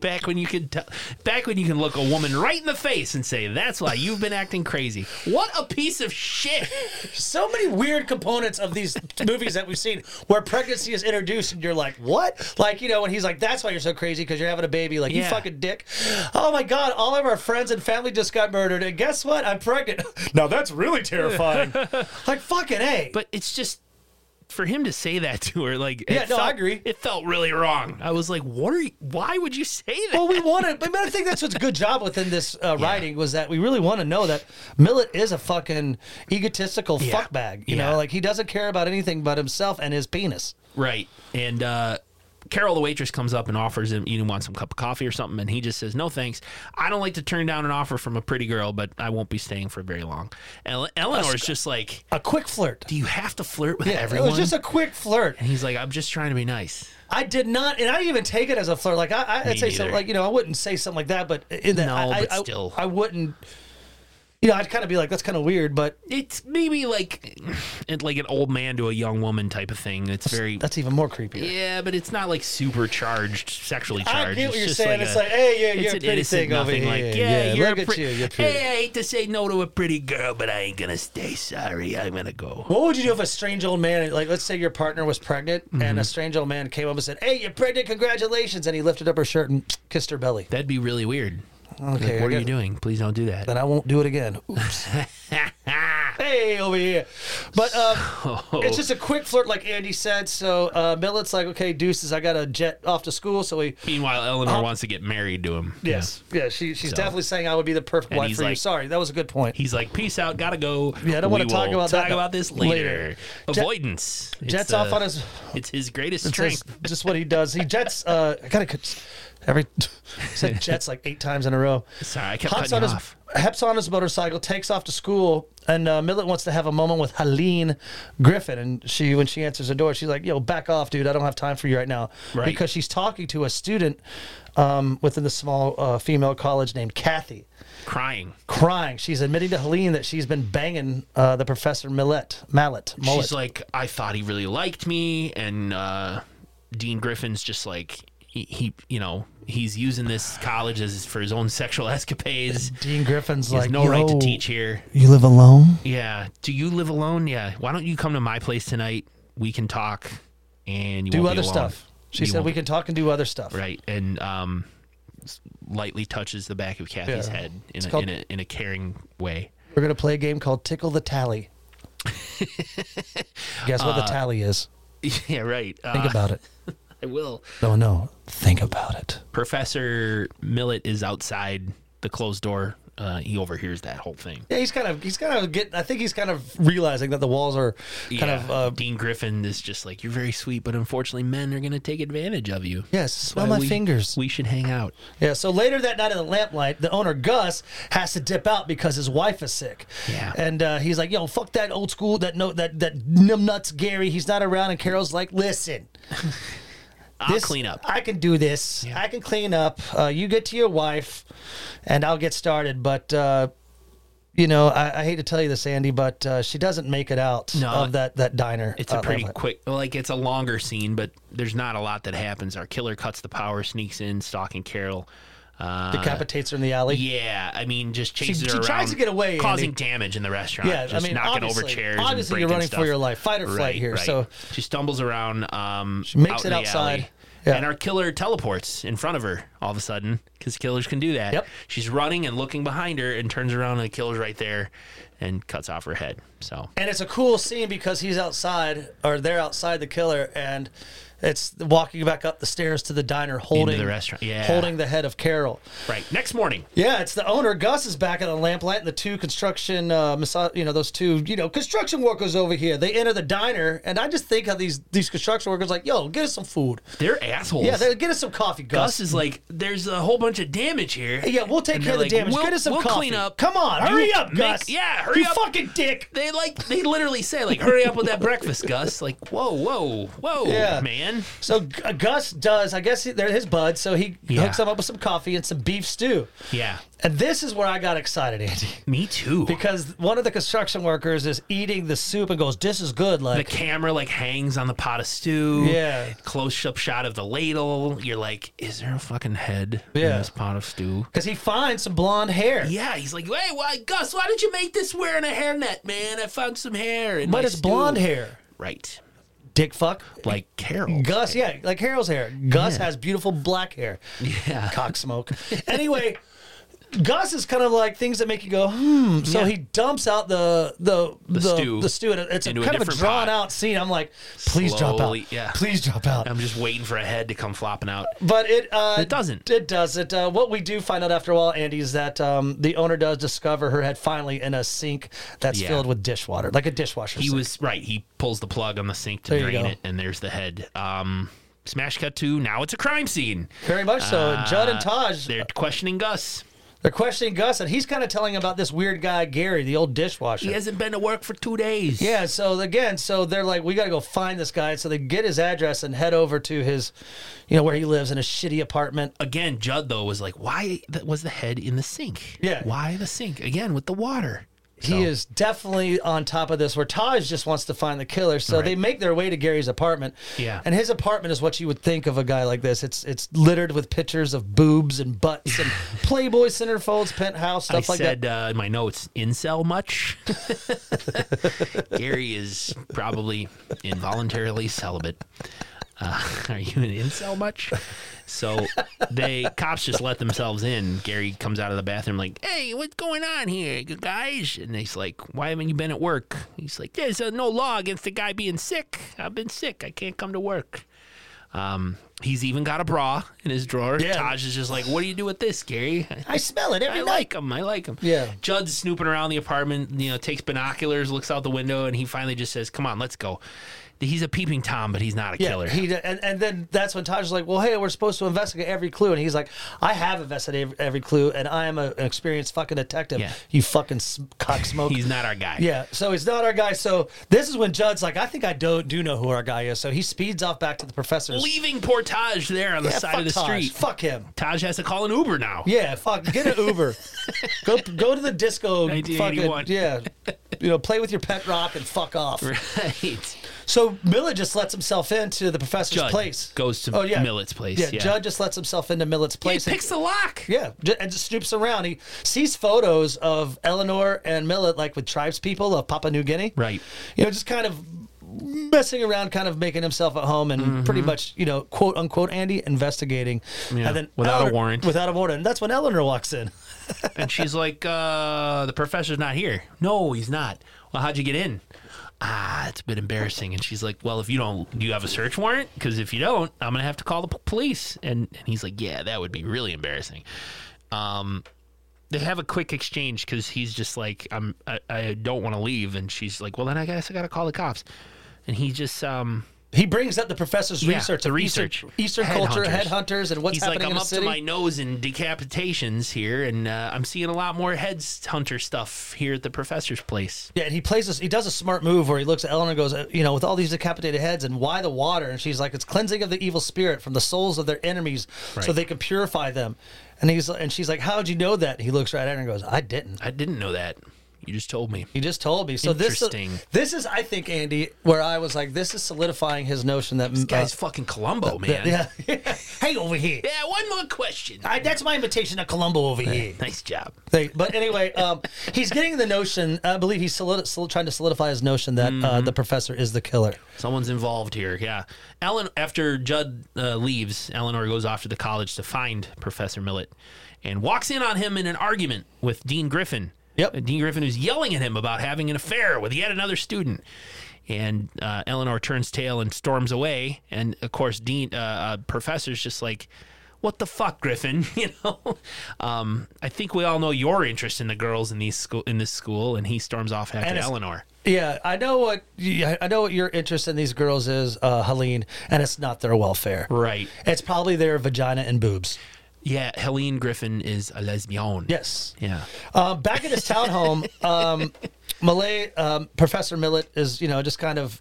B: Back when you could tell, back when you can look a woman right in the face and say, "That's why you've been acting crazy." What a piece of shit!
A: So many weird components of these movies that we've seen where pregnancy is introduced, and you're like, "What?" Like you know, when he's like, "That's why you're so crazy because you're having a baby." Like you
B: Yeah.
A: fucking dick. Oh my god! All of our friends and family just got murdered, and guess what? I'm pregnant. now that's really terrifying. like fucking a.
B: But it's just for him to say that to her, like, it
A: Yeah, no, I
B: felt-
A: agree.
B: It felt really wrong. I was like, "What are? You, why would you say that?"
A: well, we wanted, but I think that's what's a good job within this uh, writing was that we really want to know that Millet is a fucking egotistical fuckbag. You
B: Yeah.
A: know, like he doesn't care about anything but himself and his penis.
B: Right. And uh, Carol, the waitress, comes up and offers him, you want some cup of coffee or something? And he just says, no, thanks. I don't like to turn down an offer from a pretty girl, but I won't be staying for very long. Ele- Eleanor's just like,
A: A quick flirt.
B: do you have to flirt with
A: It
B: everyone?
A: was just a quick flirt.
B: and he's like, I'm just trying to be nice.
A: I did not, and I didn't even take it as a flirt. Like I, I- I'd say
B: neither.
A: something like you know, I wouldn't say something like that, but in that,
B: No,
A: I,
B: but
A: I,
B: still.
A: I, wouldn't. You know, I'd kind of be like, that's kind of weird, but
B: It's maybe like it's like an old man to a young woman type of thing. It's very.
A: that's even more creepy.
B: yeah, but it's not like supercharged, sexually charged.
A: I get what
B: It's
A: you're
B: just
A: saying.
B: Like
A: it's
B: a-
A: like, hey, yeah,
B: it's
A: you're a
B: an
A: pretty
B: innocent
A: thing over
B: nothing.
A: here.
B: Like, yeah, you're
A: look
B: a
A: at
B: pre-
A: you, you're pretty.
B: Hey, I hate to say no to a pretty girl, but I ain't gonna stay. Sorry, I'm gonna go.
A: What would you do if a strange old man, like let's say your partner was pregnant, and
B: Mm-hmm.
A: a strange old man came up and said, "Hey, you're pregnant, congratulations!" and he lifted up her shirt and kissed her belly.
B: That'd be really weird.
A: Okay.
B: Like, what
A: I
B: are you
A: guess-
B: doing? Please don't do that.
A: Then I won't do it again. Oops. hey, over here. But um,
B: Oh.
A: it's just a quick flirt, like Andy said. So uh, Millet's like, okay, Deuces, I got to jet off to school. So we.
B: Meanwhile, Eleanor wants to get married to him.
A: Yes. Yeah, she, she's
B: So-
A: definitely saying I would be the perfect
B: And
A: wife
B: he's
A: for you.
B: like-
A: Sorry, that was a good point.
B: He's like, peace out, gotta go.
A: Yeah, I don't wanna
B: We
A: talk
B: will
A: about that.
B: Talk about this later.
A: Later. Jet-
B: Avoidance. It's
A: Jets
B: the-
A: off on his-
B: It's his greatest
A: That's
B: strength.
A: just what he does. He jets. Uh, I gotta every said jets like eight times in a row.
B: Sorry, I kept
A: Hops
B: cutting
A: on
B: you
A: his
B: off.
A: hops on his motorcycle, takes off to school, and uh, Millet wants to have a moment with Helene Griffin. And she, when she answers the door, she's like, "Yo, back off, dude! I don't have time for you right now,"
B: Right.
A: because she's talking to a student um, within the small uh, female college named Kathy.
B: Crying.
A: Crying, she's admitting to Helene that she's been banging uh, the professor Millet, Mallet, Mullet.
B: She's like, I thought he really liked me, and uh, Dean Griffin's just like he, he, you know, he's using this college as for his own sexual escapades.
A: Dean Griffin's
B: He has
A: like,
B: no right to
A: "Yo,
B: teach here.
A: You live alone?
B: Yeah. Do you live alone? Yeah. Why don't you come to my place tonight? We can talk, and you
A: do
B: won't
A: other
B: be alone.
A: stuff. She
B: You
A: said
B: won't
A: we can talk and do other stuff.
B: right and um s- lightly touches the back of Kathy's
A: Yeah.
B: head in
A: It's
B: a,
A: called-
B: in a in a caring way.
A: We're gonna play a game called Tickle the Tally. Guess what the tally is?
B: yeah, right.
A: Think
B: Uh,
A: about it.
B: I will.
A: No, no. Think about it.
B: Professor Millet is outside the closed door. Uh, he overhears that whole thing.
A: Yeah, he's kind of he's kind of getting. I think he's kind of realizing that the walls are kind
B: Yeah,
A: of uh,
B: Dean Griffin is just like you're very sweet, but unfortunately, men are going to take advantage of you.
A: yes.
B: That's
A: Smell
B: why
A: my
B: we-
A: fingers.
B: We should hang out.
A: Yeah. So later that night in the lamplight, the owner Gus has to dip out because his wife is sick.
B: Yeah.
A: And uh, he's like, "Yo, fuck that old school, that no, that that numb nuts Gary. He's not around." And Carol's like, "Listen,
B: I'll
A: this-
B: clean up.
A: I can do this. I can clean up. Uh, you get to your wife, and I'll get started. But uh, you know, I, I hate to tell you this, Andy, but uh, she doesn't make it out
B: No,
A: of that that diner.
B: It's a
A: uh,
B: pretty
A: lamplight.
B: quick, like it's a longer scene, but there's not a lot that happens. Our killer cuts the power, sneaks in, stalking Carol. Uh,
A: decapitates her in the alley.
B: Yeah, I mean, just chases
A: She-
B: her
A: she
B: around,
A: tries to get away,
B: causing
A: Andy.
B: damage in the restaurant.
A: Yeah,
B: just
A: I mean,
B: knocking
A: obviously,
B: over chairs. and
A: obviously you're
B: breaking
A: running for
B: stuff.
A: your life, fight or flight
B: Right,
A: here.
B: right.
A: So
B: she stumbles around. Um, she
A: makes it outside. Yeah.
B: and our killer teleports in front of her all of a sudden because killers can do that.
A: Yep.
B: She's running and looking behind her and turns around and the killer's right there, and cuts off her head. So
A: and it's a cool scene because he's outside or they're outside the killer and it's walking back up the stairs to the diner holding
B: the restaurant. Yeah.
A: holding the head of Carol.
B: right next morning,
A: Yeah, it's the owner. Gus is back in the lamplight, and the two construction, uh, massa- you know, those two, you know, construction workers over here. They enter the diner, and I just think how these these construction workers like, yo, get us some food.
B: they're assholes.
A: Yeah, they get us some coffee, Gus.
B: Gus is like, there's a whole bunch of damage here.
A: yeah, we'll take
B: And
A: care of
B: they're
A: the
B: like,
A: damage.
B: We'll,
A: get us some
B: we'll
A: coffee.
B: clean up.
A: Come on, hurry
B: You
A: up,
B: make-
A: Gus.
B: yeah, hurry
A: you
B: up.
A: fucking dick.
B: They like they literally say like, "Hurry up with that breakfast, Gus!" Like, whoa, whoa, whoa,
A: Yeah.
B: man.
A: So G- uh, Gus does. I guess he, they're his bud, so he
B: Yeah.
A: hooks them up with some coffee and some beef stew.
B: Yeah,
A: And this is where I got excited, Andy,
B: me too.
A: because one of the construction workers is eating the soup and goes, "This is good."
B: the
A: Like,
B: camera like hangs on the pot of stew.
A: Yeah.
B: close up shot of the ladle. You're like, is there a fucking head
A: Yeah.
B: in this pot of stew?
A: because he finds some blonde hair.
B: Yeah, he's like, hey, why, Gus? Why did you make this wearing a hairnet, man? I found some hair. In
A: But
B: my
A: it's
B: stew."
A: blonde hair.
B: right?
A: Dick fuck.
B: Like Carol.
A: Gus, yeah, like Harold's hair. Gus
B: Yeah.
A: has beautiful black hair.
B: yeah,
A: Cock smoke. anyway, Gus is kind of like things that make you go, hmm. So
B: Yeah.
A: he dumps out the the the,
B: stew
A: the stew. And it's a
B: into a
A: kind of a
B: different
A: drawn
B: pot.
A: out scene. I'm like, please drop
B: Slowly,
A: out.
B: yeah.
A: Please drop out.
B: I'm just waiting for a head to come flopping out.
A: But it uh,
B: It doesn't.
A: It doesn't. Uh, what we do find out after a while, Andy, is that um, the owner does discover her head finally in a sink that's
B: Yeah.
A: filled with dishwater, like a dishwasher.
B: He
A: sink.
B: was right. He pulls the plug on the sink to
A: There you
B: drain
A: go.
B: it, and there's the head. Um, smash cut to now it's a crime scene.
A: very much so. and Judd and
B: Uh,
A: Taj,
B: They're questioning Gus.
A: They're questioning Gus, and he's kind of telling about this weird guy, Gary, the old dishwasher.
B: He hasn't been to work for two days.
A: Yeah, so again, so they're like, we got to go find this guy. So they get his address and head over to his, you know, where he lives in a shitty apartment.
B: Again, Judd though was like, "Why th- was the head in the sink?
A: Yeah.
B: Why the sink again with the water?"
A: He is definitely on top of this, where Taj just wants to find the killer. So they make their way to Gary's apartment.
B: Yeah.
A: and his apartment is what you would think of a guy like this. It's it's littered with pictures of boobs and butts and Playboy centerfolds, penthouse
B: I
A: stuff like
B: said
A: that.
B: Uh, in my notes, "Incel much?" Gary is probably involuntarily celibate. Uh, are you an incel much? So they cops just let themselves in. Gary comes out of the bathroom like, "Hey, what's going on here, you guys?" And he's like, "Why haven't you been at work?" He's like, "There's uh, no law against the guy being sick. I've been sick. I can't come to work." Um, he's even got a bra in his drawer.
A: Yeah.
B: Taj is just like, "What do you do with this, Gary?"
A: I smell it every
B: I
A: night.
B: like him. I like him.
A: Yeah.
B: Judd's snooping around the apartment, you know, takes binoculars, looks out the window, and he finally just says, Come on, let's go. He's a peeping Tom, but he's not a killer.
A: He d- and, and then that's when Taj is like, "Well, hey, we're supposed to investigate every clue," and he's like, "I have investigated every, every clue, and I am a, an experienced fucking detective.
B: Yeah.
A: You fucking sm- cock smoke."
B: he's not our guy.
A: yeah, so he's not our guy. So this is when Judd's like, "I think I do do know who our guy is." So he speeds off back to the professor's
B: Leaving poor Taj there on the
A: Yeah,
B: side
A: fuck
B: of the
A: Taj.
B: street.
A: Fuck him.
B: Taj has to call an Uber now.
A: Yeah, fuck. Get an Uber. go go to the disco. Fucking,
B: 1981.
A: yeah. You know, play with your pet rock and fuck off.
B: Right.
A: So Millet just lets himself into the professor's
B: Judd
A: place. Oh,
B: goes to Millet's place,
A: Yeah,
B: yeah.
A: Judd just lets himself into Millet's
B: He
A: place. and-
B: picks the lock.
A: yeah, ju- and just snoops around. He sees photos of Eleanor and Millet, like with tribes people of Papua New Guinea.
B: Right.
A: You know, just kind of messing around, kind of making himself at home, and
B: Mm-hmm.
A: pretty much, you know, quote unquote, Andy investigating.
B: Yeah,
A: And then
B: without a
A: Eleanor-
B: warrant.
A: Without a warrant. And that's when Eleanor walks in.
B: And she's like, uh, the professor's not here. No, he's not. Well, how'd you get in? Ah, it's a bit embarrassing. And she's like, well, if you don't, do you have a search warrant? Because if you don't, I'm going to have to call the p- police. And, and he's like, yeah, that would be really embarrassing. Um, they have a quick exchange because he's just like, I'm, I, I don't want to leave. And she's like, well, then I guess I got to call the cops. And he just, um,
A: He brings up the professor's
B: Yeah,
A: research,
B: the
A: of
B: research.
A: Eastern, Eastern culture,
B: Headhunters.
A: headhunters, and what's
B: he's
A: happening
B: like, I'm
A: in the
B: up
A: city.
B: to my nose in decapitations here. And uh, I'm seeing a lot more heads hunter stuff here at the professor's place.
A: Yeah, and he plays this. He does a smart move where he looks at Eleanor and goes, uh, you know, with all these decapitated heads, and why the water? And she's like, it's cleansing of the evil spirit from the souls of their enemies, so
B: Right.
A: they can purify them. And he's and she's like, how'd you know that? And he looks right at her and goes, I didn't.
B: I didn't know that. You just told me.
A: He just told me. So this
B: Interesting.
A: this is, I think, Andy, where I was like, this is solidifying his notion that this
B: Guy's fucking Columbo, man.
A: yeah, hey over here.
B: Yeah, one more question.
A: I, that's my invitation to Columbo over here.
B: Nice job.
A: They, but anyway, um, he's getting the notion. I believe he's solid, solid, trying to solidify his notion that
B: Mm-hmm.
A: uh, the professor is the killer.
B: Someone's involved here. Yeah. Ellen, after Judd uh, leaves, Eleanor goes off to the college to find Professor Millet and walks in on him in an argument with Dean Griffin.
A: Yep.
B: And Dean Griffin is yelling at him about having an affair with yet another student. And uh, Eleanor turns tail and storms away. And of course, Dean, uh, uh, Professor's just like, what the fuck, Griffin? You know, um, I think we all know your interest in the girls in these school in this school, and he storms off after
A: it's-
B: Eleanor.
A: Yeah, I know what yeah, I know what your interest in these girls is, uh, Helene, and it's not their welfare.
B: Right.
A: It's probably their vagina and boobs.
B: Yeah, Helene Griffin is a lesbian.
A: Yes.
B: Yeah.
A: Um, back at his townhome, um, Malay um, Professor Millet is you know just kind of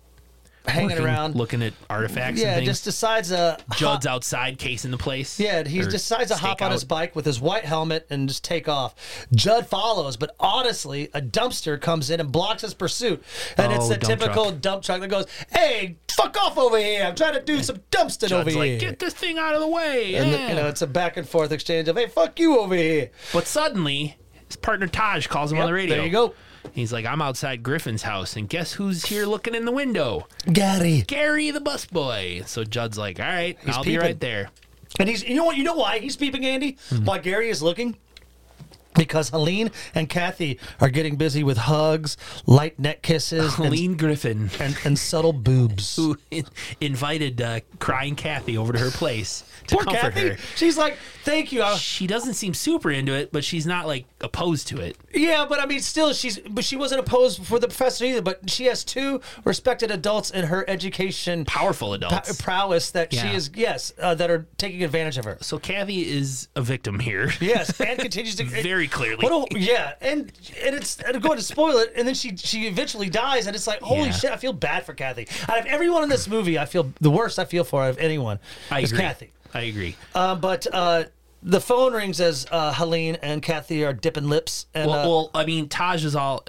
A: hanging
B: Looking-
A: around.
B: Looking at artifacts
A: yeah,
B: and things.
A: just decides uh,
B: Judd's outside casing the place.
A: Yeah, he
B: Or
A: decides to hop
B: stake
A: on
B: out.
A: his bike with his white helmet and just take off. Judd follows, but honestly, a dumpster comes in and blocks his pursuit. And it's
B: Oh,
A: the
B: dump
A: typical dump truck that goes, "Hey, fuck off over here! I'm trying to do some dumpster over
B: Judd's like,
A: here."
B: get this thing out of the way.
A: and
B: yeah."
A: you know, it's a back and forth exchange of, "Hey, fuck you over here."
B: but suddenly, his partner Taj calls him
A: Yep,
B: on the radio.
A: there you go.
B: He's like, I'm outside Griffin's house, and guess who's here looking in the window?
A: Gary.
B: Gary the busboy. So Judd's like, all right, I'll
A: peeping.
B: be right there.
A: And he's you know what you know why he's peeping Andy?
B: Hmm.
A: Why Gary is looking? Because Helene and Kathy are getting busy with hugs, light neck kisses, and,
B: Helene Griffin,
A: and, and subtle boobs.
B: who invited uh, crying Kathy over to her place to
A: Poor
B: comfort
A: Kathy.
B: her.
A: She's like, thank you. Uh, I-
B: she doesn't seem super into it, but she's not like opposed to it.
A: yeah, but I mean, still, she's but she wasn't opposed for the professor either. But she has two respected adults in her education
B: Powerful
A: pow-
B: adults.
A: prowess that she
B: Yeah.
A: is yes uh, that are taking advantage of her.
B: so Kathy is a victim here.
A: Yes, and continues to
B: Very clearly.
A: What a, yeah, and and it's and going to spoil it, and then she she eventually dies, and it's like holy
B: Yeah.
A: shit, I feel bad for Kathy. Out of everyone in this movie, I feel the worst I feel for out of anyone
B: I
A: is
B: agree.
A: Kathy.
B: I agree.
A: Uh, but uh, the phone rings as uh, Helene and Kathy are dipping lips, and
B: Well,
A: uh,
B: well, I mean, Taj is all.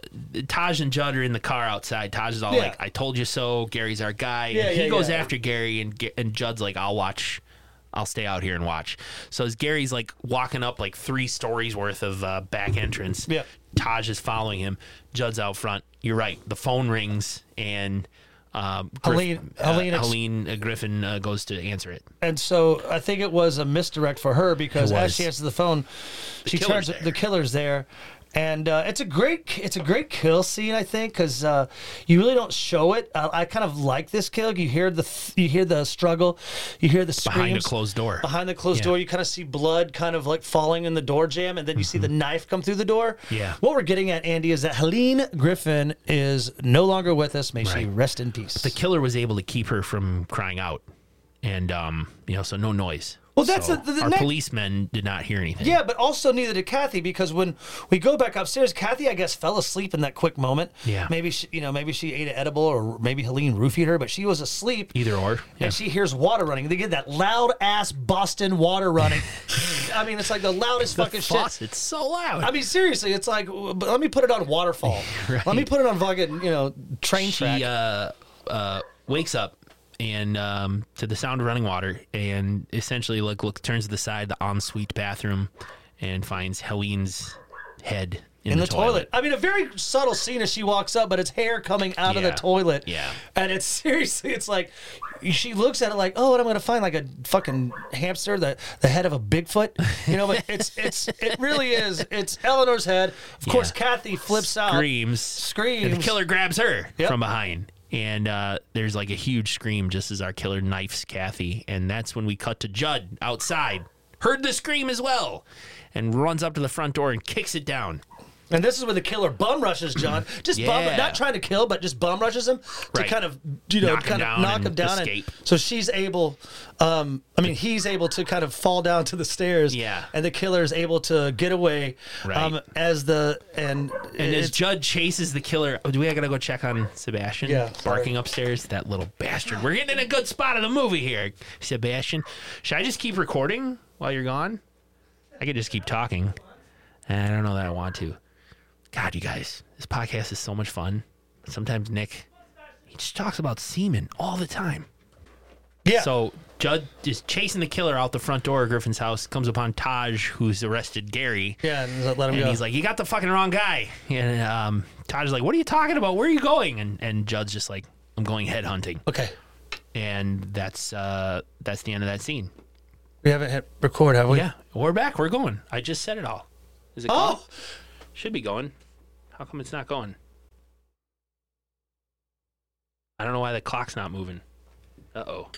B: Taj and Judd are in the car outside. Taj is all
A: Yeah.
B: like, "I told you so." Gary's our guy.
A: Yeah,
B: and he
A: yeah,
B: goes
A: yeah.
B: after Gary, and Ga- and Judd's like, "I'll watch. I'll stay out here and watch." So as Gary's like walking up like three stories worth of uh, back entrance,
A: Yeah.
B: Taj is following him. Judd's out front. You're right. The phone rings and. Um,
A: Helene- Helene ex-
B: Helene, uh, Griffin uh, goes to answer it.
A: And so I think it was a misdirect for her because
B: It
A: as
B: was.
A: she answers the phone, she turns
B: killer's there.
A: the killer's there. And uh, it's a great it's a great kill scene I think because uh, you really don't show it. Uh, I, I kind of like this kill. You hear the th- you hear the struggle, you hear the screams
B: Behind a closed door.
A: Behind the closed
B: Yeah.
A: door, you kind of see blood kind of like falling in the door jam, and then you see the knife come through the door.
B: Mm-hmm. Yeah.
A: What we're getting at, Andy, is that Helene Griffin is no longer with us. May she
B: Right.
A: rest in peace.
B: the killer was able to keep her from crying out, and um, you know, so no noise.
A: Well, that's
B: So
A: the- the- the
B: our
A: next-
B: policemen did not hear anything.
A: Yeah, but also neither did Kathy because when we go back upstairs, Kathy, I guess, fell asleep in that quick moment.
B: Yeah.
A: Maybe she, you know, maybe she ate an edible or maybe Helene roofied her, but she was asleep.
B: either or. Yeah.
A: And she hears water running. They get that loud ass Boston water running. I mean, it's like the loudest fucking shit.
B: It's so loud.
A: I mean, seriously, it's like, w- but let me put it on waterfall. Let me put it on fucking, you know, train
B: she
A: track.
B: uh, uh, wakes up and um, to the sound of running water, and essentially look look turns to the side, the ensuite bathroom, and finds Helene's head in,
A: in the, toilet. I mean, a very subtle scene as she walks up, but it's hair coming out of the
B: Yeah.
A: toilet.
B: Yeah.
A: And it's seriously, it's like she looks at it like, oh, what am I going to find? Like a fucking hamster, the the head of a Bigfoot, you know? But it's it's it really is. It's Eleanor's head. Of course,
B: Yeah.
A: Kathy flips out.
B: Screams. And the
A: Screams.
B: killer grabs her
A: Yep.
B: from behind. And uh, there's like a huge scream just as our killer knifes Kathy. And that's when we cut to Judd outside. Heard the scream as well and runs up to the front door and kicks it down.
A: And this is where the killer bum rushes John. Just bum,
B: Yeah.
A: not trying to kill, but just bum rushes him to
B: Right.
A: kind of, you know,
B: Knock him
A: kind of
B: down
A: knock
B: and
A: him down. And
B: escape.
A: so she's able, um, I mean, he's able to kind of fall down to the stairs.
B: Yeah.
A: And the killer is able to get away.
B: Right.
A: Um, as the and
B: And as
A: it's-
B: Judd chases the killer, oh, do we gotta go check on Sebastian?
A: Yeah, sorry.
B: barking upstairs. That little bastard. We're getting in a good spot of the movie here, Sebastian. Should I just keep recording while you're gone? I could just keep talking. I don't know that I want to. God, you guys, this podcast is so much fun. Sometimes Nick, he just talks about semen all the time.
A: yeah.
B: So Judd is chasing the killer out the front door of Griffin's house. Comes upon Taj, who's arrested Gary.
A: yeah, and let him
B: And
A: go.
B: he's like, "You got the fucking wrong guy." And um, Todd is like, "What are you talking about? Where are you going?" And and Judd's just like, "I'm going head hunting."
A: okay,
B: And that's uh, that's the end of that scene.
A: we haven't hit record, have we?
B: Yeah, we're back. We're going. I just said it all. Is it?
A: Oh,
B: going? should be going. How come it's not going? I don't know why the clock's not moving. Uh oh.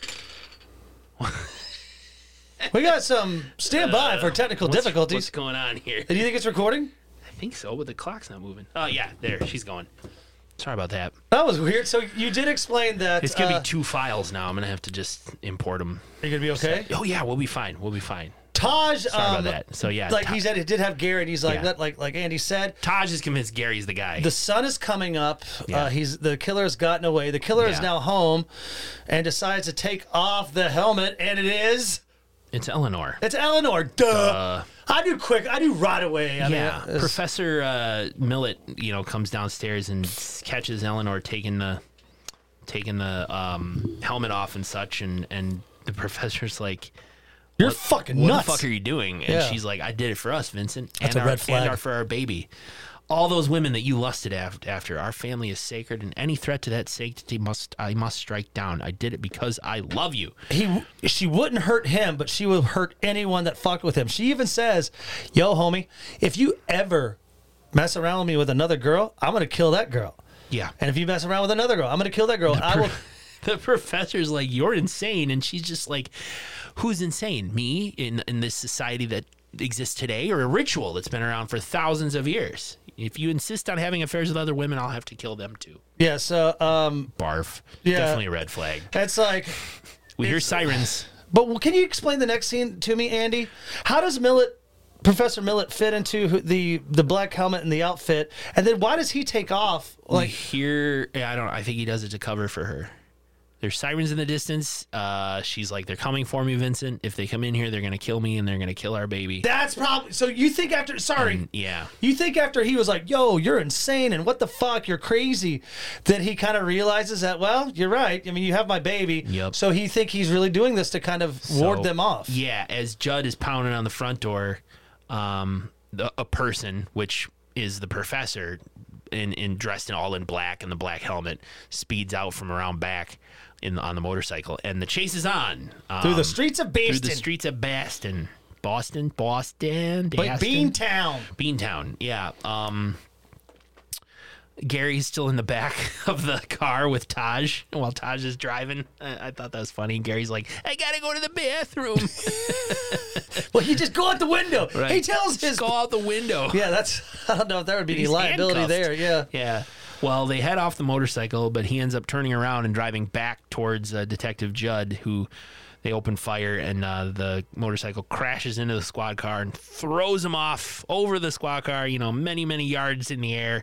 A: we got some standby for technical
B: Uh, What's
A: difficulties.
B: going on here?
A: Do you think it's recording?
B: I think so, but the clock's not moving. Oh yeah, there. She's going. Sorry about that.
A: That was weird. So you did explain that
B: It's gonna
A: uh,
B: be two files now. I'm gonna have to just import them.
A: you're gonna be okay.
B: Oh yeah, we'll be fine. We'll be fine.
A: Taj,
B: Sorry
A: um,
B: about that. So yeah,
A: like
B: Ta-
A: he said, it did have Garrett. He's like
B: Yeah.
A: that, like like Andy said.
B: Taj is convinced Gary's the guy.
A: The sun is coming up. Uh,
B: Yeah.
A: he's the killer has gotten away. The killer is
B: Yeah.
A: now home, and decides to take off the helmet. And it is
B: it's Eleanor.
A: it's Eleanor. Duh. I do quick. I do right away. I
B: yeah,
A: mean, it's-
B: Professor uh, Millet, you know, comes downstairs and s- catches Eleanor taking the taking the um, helmet off and such, and and the professor's like,
A: you're fucking
B: "What
A: nuts.
B: the fuck are you doing?" And
A: Yeah.
B: she's like, "I did it for us, Vincent.
A: That's
B: and
A: a
B: our,
A: red flag.
B: And our, for our baby." All those women that you lusted af- after, our family is sacred, and any threat to that sanctity must I must strike down. I did it because I love you.
A: he she wouldn't hurt him, but she would hurt anyone that fucked with him. She even says, "Yo, homie, if you ever mess around with me with another girl, I'm gonna kill that girl.
B: Yeah.
A: And if you mess around with another girl, I'm gonna kill that girl. I will."
B: the professor's like, "You're insane," and she's just like, "Who's insane? Me in in this society that exists today, or a ritual that's been around for thousands of years? If you insist on having affairs with other women, I'll have to kill them too."
A: Yeah. So um,
B: Barf.
A: Yeah.
B: Definitely a red flag.
A: it's like,
B: We hear sirens.
A: but can you explain the next scene to me, Andy? How does Millet? Professor Millet fit into who- the the black helmet and the outfit, and then why does he take off?
B: We
A: Like,
B: hear. yeah, I don't. I think he does it to cover for her. There's sirens in the distance. Uh, she's like, "They're coming for me, Vincent. If they come in here, they're gonna kill me, and they're gonna kill our baby."
A: that's probably so. You think after sorry,
B: And yeah.
A: You think after he was like, "Yo, you're insane," and what the fuck, you're crazy, that he kind of realizes that, well, you're right. I mean, you have my baby.
B: Yep.
A: So he think he's really doing this to kind of ward
B: So,
A: them off.
B: Yeah, as Judd is pounding on the front door, um, the, a person, which is the professor, and, and dressed in all in black and the black helmet speeds out from around back in on the motorcycle, and the chase is on um,
C: Through the streets of
B: through
C: Beeston.
B: the streets of Baston, Boston, Boston,
C: but
B: Baston.
C: Bean Town.
B: Beantown, yeah. Um, Gary's still in the back of the car with Taj while Taj is driving. I, I thought that was funny. Gary's like, I gotta go to the bathroom.
A: Well, you just go out the window. He
B: Right.
A: tells his.
B: Just go out the window.
A: Yeah, that's. I don't know if there would be any
B: He's
A: liability there.
B: handcuffed.
A: Yeah.
B: Yeah. Well, they head off the motorcycle, but he ends up turning around and driving back towards uh, Detective Judd, who they open fire, and uh, the motorcycle crashes into the squad car and throws him off over the squad car, you know, many, many yards in the air.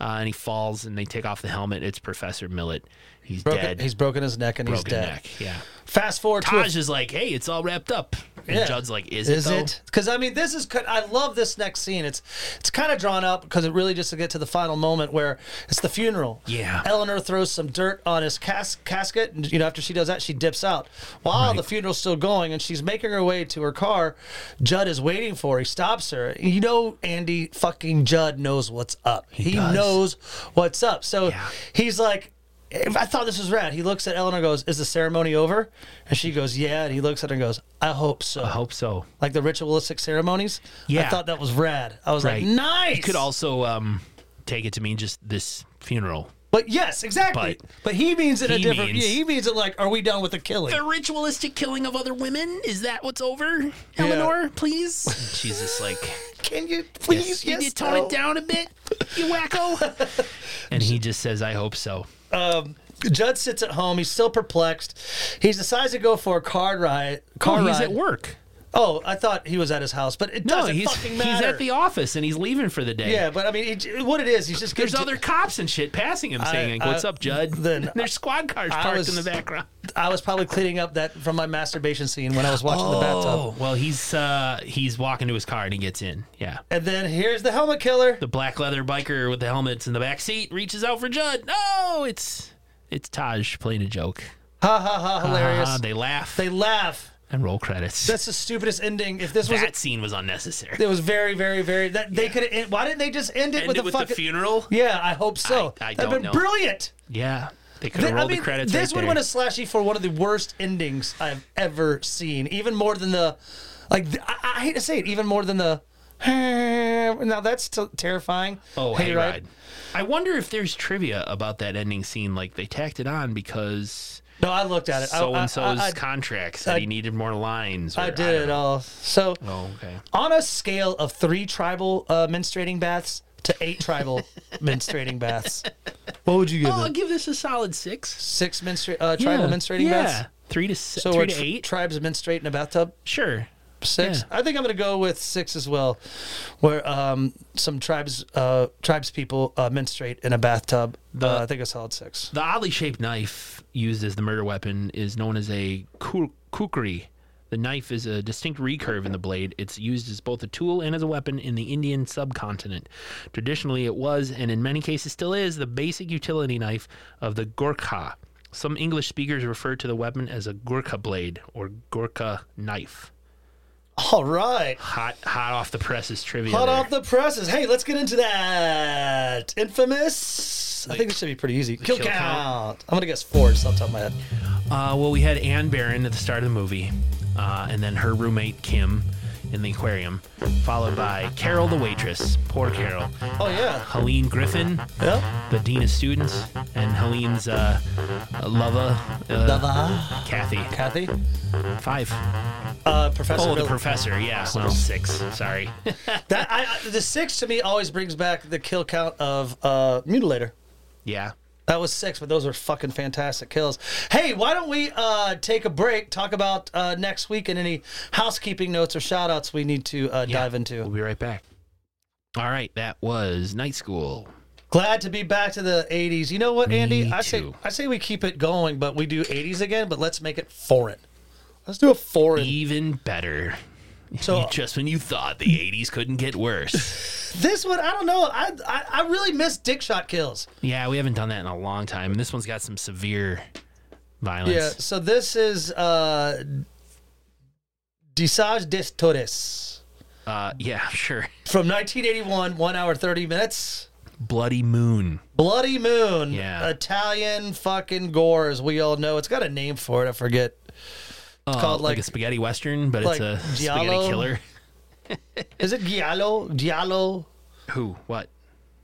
B: Uh, and he falls, and they take off the helmet. It's Professor Millet. He's
A: Broken,
B: dead.
A: He's broken his neck and he's
B: broken
A: dead.
B: neck. Yeah.
A: Fast forward to a
B: Taj is like, hey, it's all wrapped up. And
A: Yeah.
B: Judd's like, is,
A: Is
B: it? though?"
A: it? Because I mean, this is. could- I love this next scene. It's it's kind of drawn up because it really just to get to the final moment where it's the funeral.
B: Yeah.
A: Eleanor throws some dirt on his cas- casket, and you know after she does that, she dips out. While the funeral's still going, and she's making her way to her car, Judd is waiting for. her. He stops her. You know, Andy fucking Judd knows what's up. He,
B: does.
A: knows what's up. So
B: Yeah.
A: he's like. I thought this was rad. He looks at Eleanor and goes, Is the ceremony over? And she goes, Yeah. And he looks at her and goes, I hope so
B: I hope so.
A: like the ritualistic ceremonies. I
B: Yeah.
A: thought that was rad. I was
B: Right.
A: like, nice.
B: You could also um, take it to mean just this funeral.
A: but yes, exactly. But,
B: But-
A: he means it a
B: He
A: different.
B: means-
A: yeah, he means it like, are we done with the killing?
B: the ritualistic killing of other women? Is that what's over,
A: Eleanor,
B: Eleanor? Please. She's just like,
A: Can you please? Yes,
B: can you tone
A: no.
B: it down a bit, you wacko? and he just says, "I hope so."
A: Judd sits at home. He's still perplexed. He decides to go for a car ride. Car ride.
B: Oh, work.
A: Oh, I thought he was at his house, but it
B: No,
A: doesn't
B: he's
A: fucking
B: he's
A: matter.
B: at the office and he's leaving for the day.
A: yeah, but I mean, it, what it is, he's just
B: There's
A: getting-
B: other cops and shit passing him, saying, like,
A: I-
B: "What's up, Judd?"
A: then-
B: there's squad cars
A: I
B: parked
A: was-
B: in the background.
A: I was probably cleaning up that from my masturbation scene when I was watching the bathtub.
B: Oh, well, he's uh, he's walking to his car and he gets in. Yeah,
A: And then here's the helmet killer.
B: the black leather biker with the helmets in the back seat reaches out for Judd. No, it's it's Taj playing a joke.
A: Ha ha ha! Hilarious.
B: Uh-huh, they laugh
A: they laugh.
B: and roll credits.
A: That's the stupidest ending. If this was
B: that scene was unnecessary.
A: It was very, very, very. That they could. have Why didn't they just end it
B: End
A: with
B: it
A: a
B: with the
A: fucking?
B: funeral.
A: yeah, I hope so.
B: I- I
A: That'd
B: don't
A: been
B: know.
A: brilliant.
B: Yeah, they could
A: Th-
B: have
A: I
B: rolled
A: mean,
B: the credits.
A: this
B: right
A: would
B: there.
A: win a slashy for one of the worst endings I've ever seen. Even more than the, like th- I, I hate to say it, even more than the. Now that's t- terrifying.
B: Oh,
A: Hey,
B: hayride.
A: right?
B: I wonder if there's trivia about that ending scene. Like they tacked it on because
A: No, I looked at it. I- I-
B: so and
A: I, I,
B: so's contract said
A: I-
B: he needed more lines. Or,
A: I did uh,
B: don't
A: it
B: know.
A: all. So
B: Oh, okay.
A: on a scale of three tribal uh, menstruating baths to eight tribal menstruating baths, what would you give
B: Oh, I'll
A: it?
B: give this a solid six.
A: Six menstrua- uh, tribal menstruating
B: yeah.
A: baths.
B: Three to six.
A: So
B: three
A: we're
B: to
A: tr-
B: eight.
A: tribes menstruate in a bathtub.
B: sure.
A: Six. I think I'm going to go with six as well, where um, some tribes uh, tribes people uh, menstruate in a bathtub. uh, I think a solid six.
B: The oddly shaped knife used as the murder weapon is known as a ku- kukri. The knife is a distinct recurve in the blade. It's used as both a tool and as a weapon in the Indian subcontinent. Traditionally, it was, and in many cases still is, the basic utility knife of the Gurkha. Some English speakers refer to the weapon as a Gurkha blade or Gurkha knife.
A: All right.
B: Hot, hot off the presses trivia.
A: Hot
B: there.
A: off the presses. Hey, let's get into that. Infamous. I think this should be pretty easy. Kill,
B: kill
A: count.
B: count.
A: I'm going to guess four. It's off the top of my head.
B: Uh, well, we had Anne Barron at the start of the movie, uh, and then her roommate Kim in the aquarium, followed by Carol the waitress, poor Carol,
A: Oh, yeah.
B: Helene Griffin,
A: Yeah.
B: the dean of students, and Helene's uh, lover, uh,
A: Dava.
B: Kathy.
A: Kathy.
B: Five.
A: Uh, Professor.
B: Oh, the
A: Bill-
B: professor. Yeah. Well, six. Sorry.
A: that, I, I- the six to me always brings back the kill count of uh, Mutilator.
B: yeah.
A: That was six, but those were fucking fantastic kills. Hey, why don't we uh, take a break, talk about uh, next week and any housekeeping notes or shout outs we need to uh, dive
B: We'll
A: into?
B: be right back. All right. That was night school.
A: Glad to be back to the 80s. You know what, Andy?
B: Me
A: I say
B: too.
A: I say we keep it going, but we do 80s again, but let's make it foreign. Let's do a foreign.
B: Even better.
A: So
B: Just when you thought the 80s couldn't get worse.
A: this one, I don't know. I I, I really miss dick shot kills.
B: Yeah, we haven't done that in a long time, and this one's got some severe
A: Yeah.
B: violence.
A: So this is uh, Disage des Torres
B: Yeah, uh, yeah sure.
A: from 1981, one hour 30 minutes.
B: Bloody Moon.
A: Bloody Moon.
B: Yeah.
A: Italian fucking gore, as we all know. It's got a name for it. I forget.
B: It's
A: called,
B: Oh, like,
A: like-
B: a spaghetti western, but
A: like
B: it's a
A: Giallo?
B: spaghetti killer.
A: Is it Giallo? Giallo?
B: Who? What?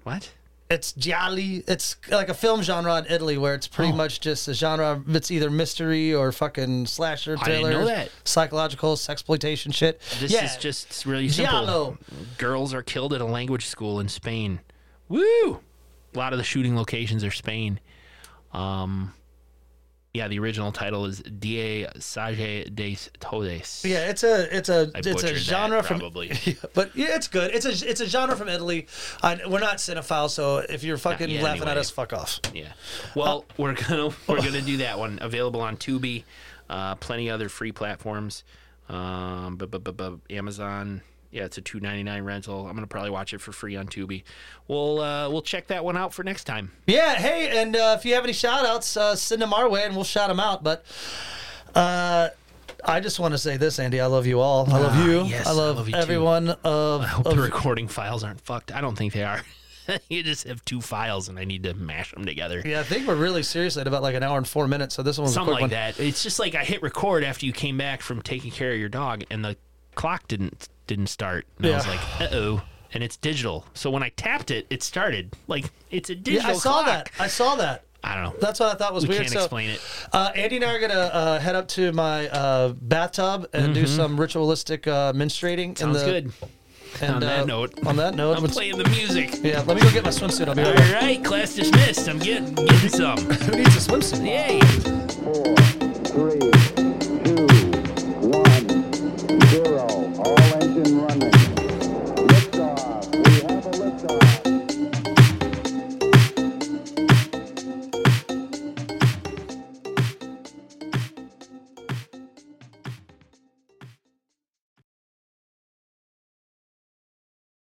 B: What?
A: It's Gialli. It's like a film genre in Italy where it's pretty
B: Oh.
A: much just a genre. It's either mystery or fucking slasher,
B: I didn't
A: thriller,
B: know that.
A: psychological, sexploitation shit.
B: This
A: yeah.
B: is just really simple.
A: Giallo.
B: Girls are killed at a language school in Spain. Woo! A lot of the shooting locations are Spain. Um, yeah, the original title is Die Sage des Todes.
A: Yeah, it's a it's a
B: I
A: it's a
B: butchered
A: genre
B: that,
A: from
B: probably.
A: but yeah, it's good. It's a it's a genre from Italy. I, we're not cinephiles, so if you're fucking
B: yet,
A: laughing at
B: anyway.
A: us, fuck off.
B: Yeah. Well, we're gonna we're gonna do that one. Available on Tubi, uh, plenty other free platforms, um, but but but but Amazon. Yeah, it's a two ninety nine rental. I'm gonna probably watch it for free on Tubi. We'll uh, we'll check that one out for next time.
A: Yeah, hey, and uh, if you have any shout outs, uh, send them our way and we'll shout them out. But uh, I just want to say this, Andy. I love you all. I love
B: Ah,
A: you.
B: yes,
A: I love,
B: I love you too.
A: everyone of,
B: I hope
A: of-
B: the recording files aren't fucked. I don't think they are. you just have two files, and I need to mash them together.
A: Yeah, I think we're really seriously at about like an hour and four minutes, so this one was
B: Something
A: a quick
B: like
A: one.
B: that. It's just like I hit record after you came back from taking care of your dog, and the clock didn't didn't start. And I was
A: Yeah.
B: like, uh oh. And it's digital, so when I tapped it, it started. Like it's a digital.
A: Yeah, I saw
B: clock.
A: that. I saw that.
B: I don't know.
A: That's what I thought was
B: we
A: weird.
B: can't
A: so,
B: explain it.
A: Uh, Andy and I are gonna uh, head up to my uh, bathtub and do some ritualistic uh, menstruating.
B: Mm-hmm. Sounds
A: in the,
B: good.
A: And,
B: On
A: uh,
B: that note,
A: on that note,
B: I'm
A: let's-
B: playing the music.
A: yeah, let me go get my swimsuit. I'll be
B: All
A: right back.
B: right, class dismissed. I'm getting getting some.
A: Who needs a swimsuit?
B: Yay.
C: four, three,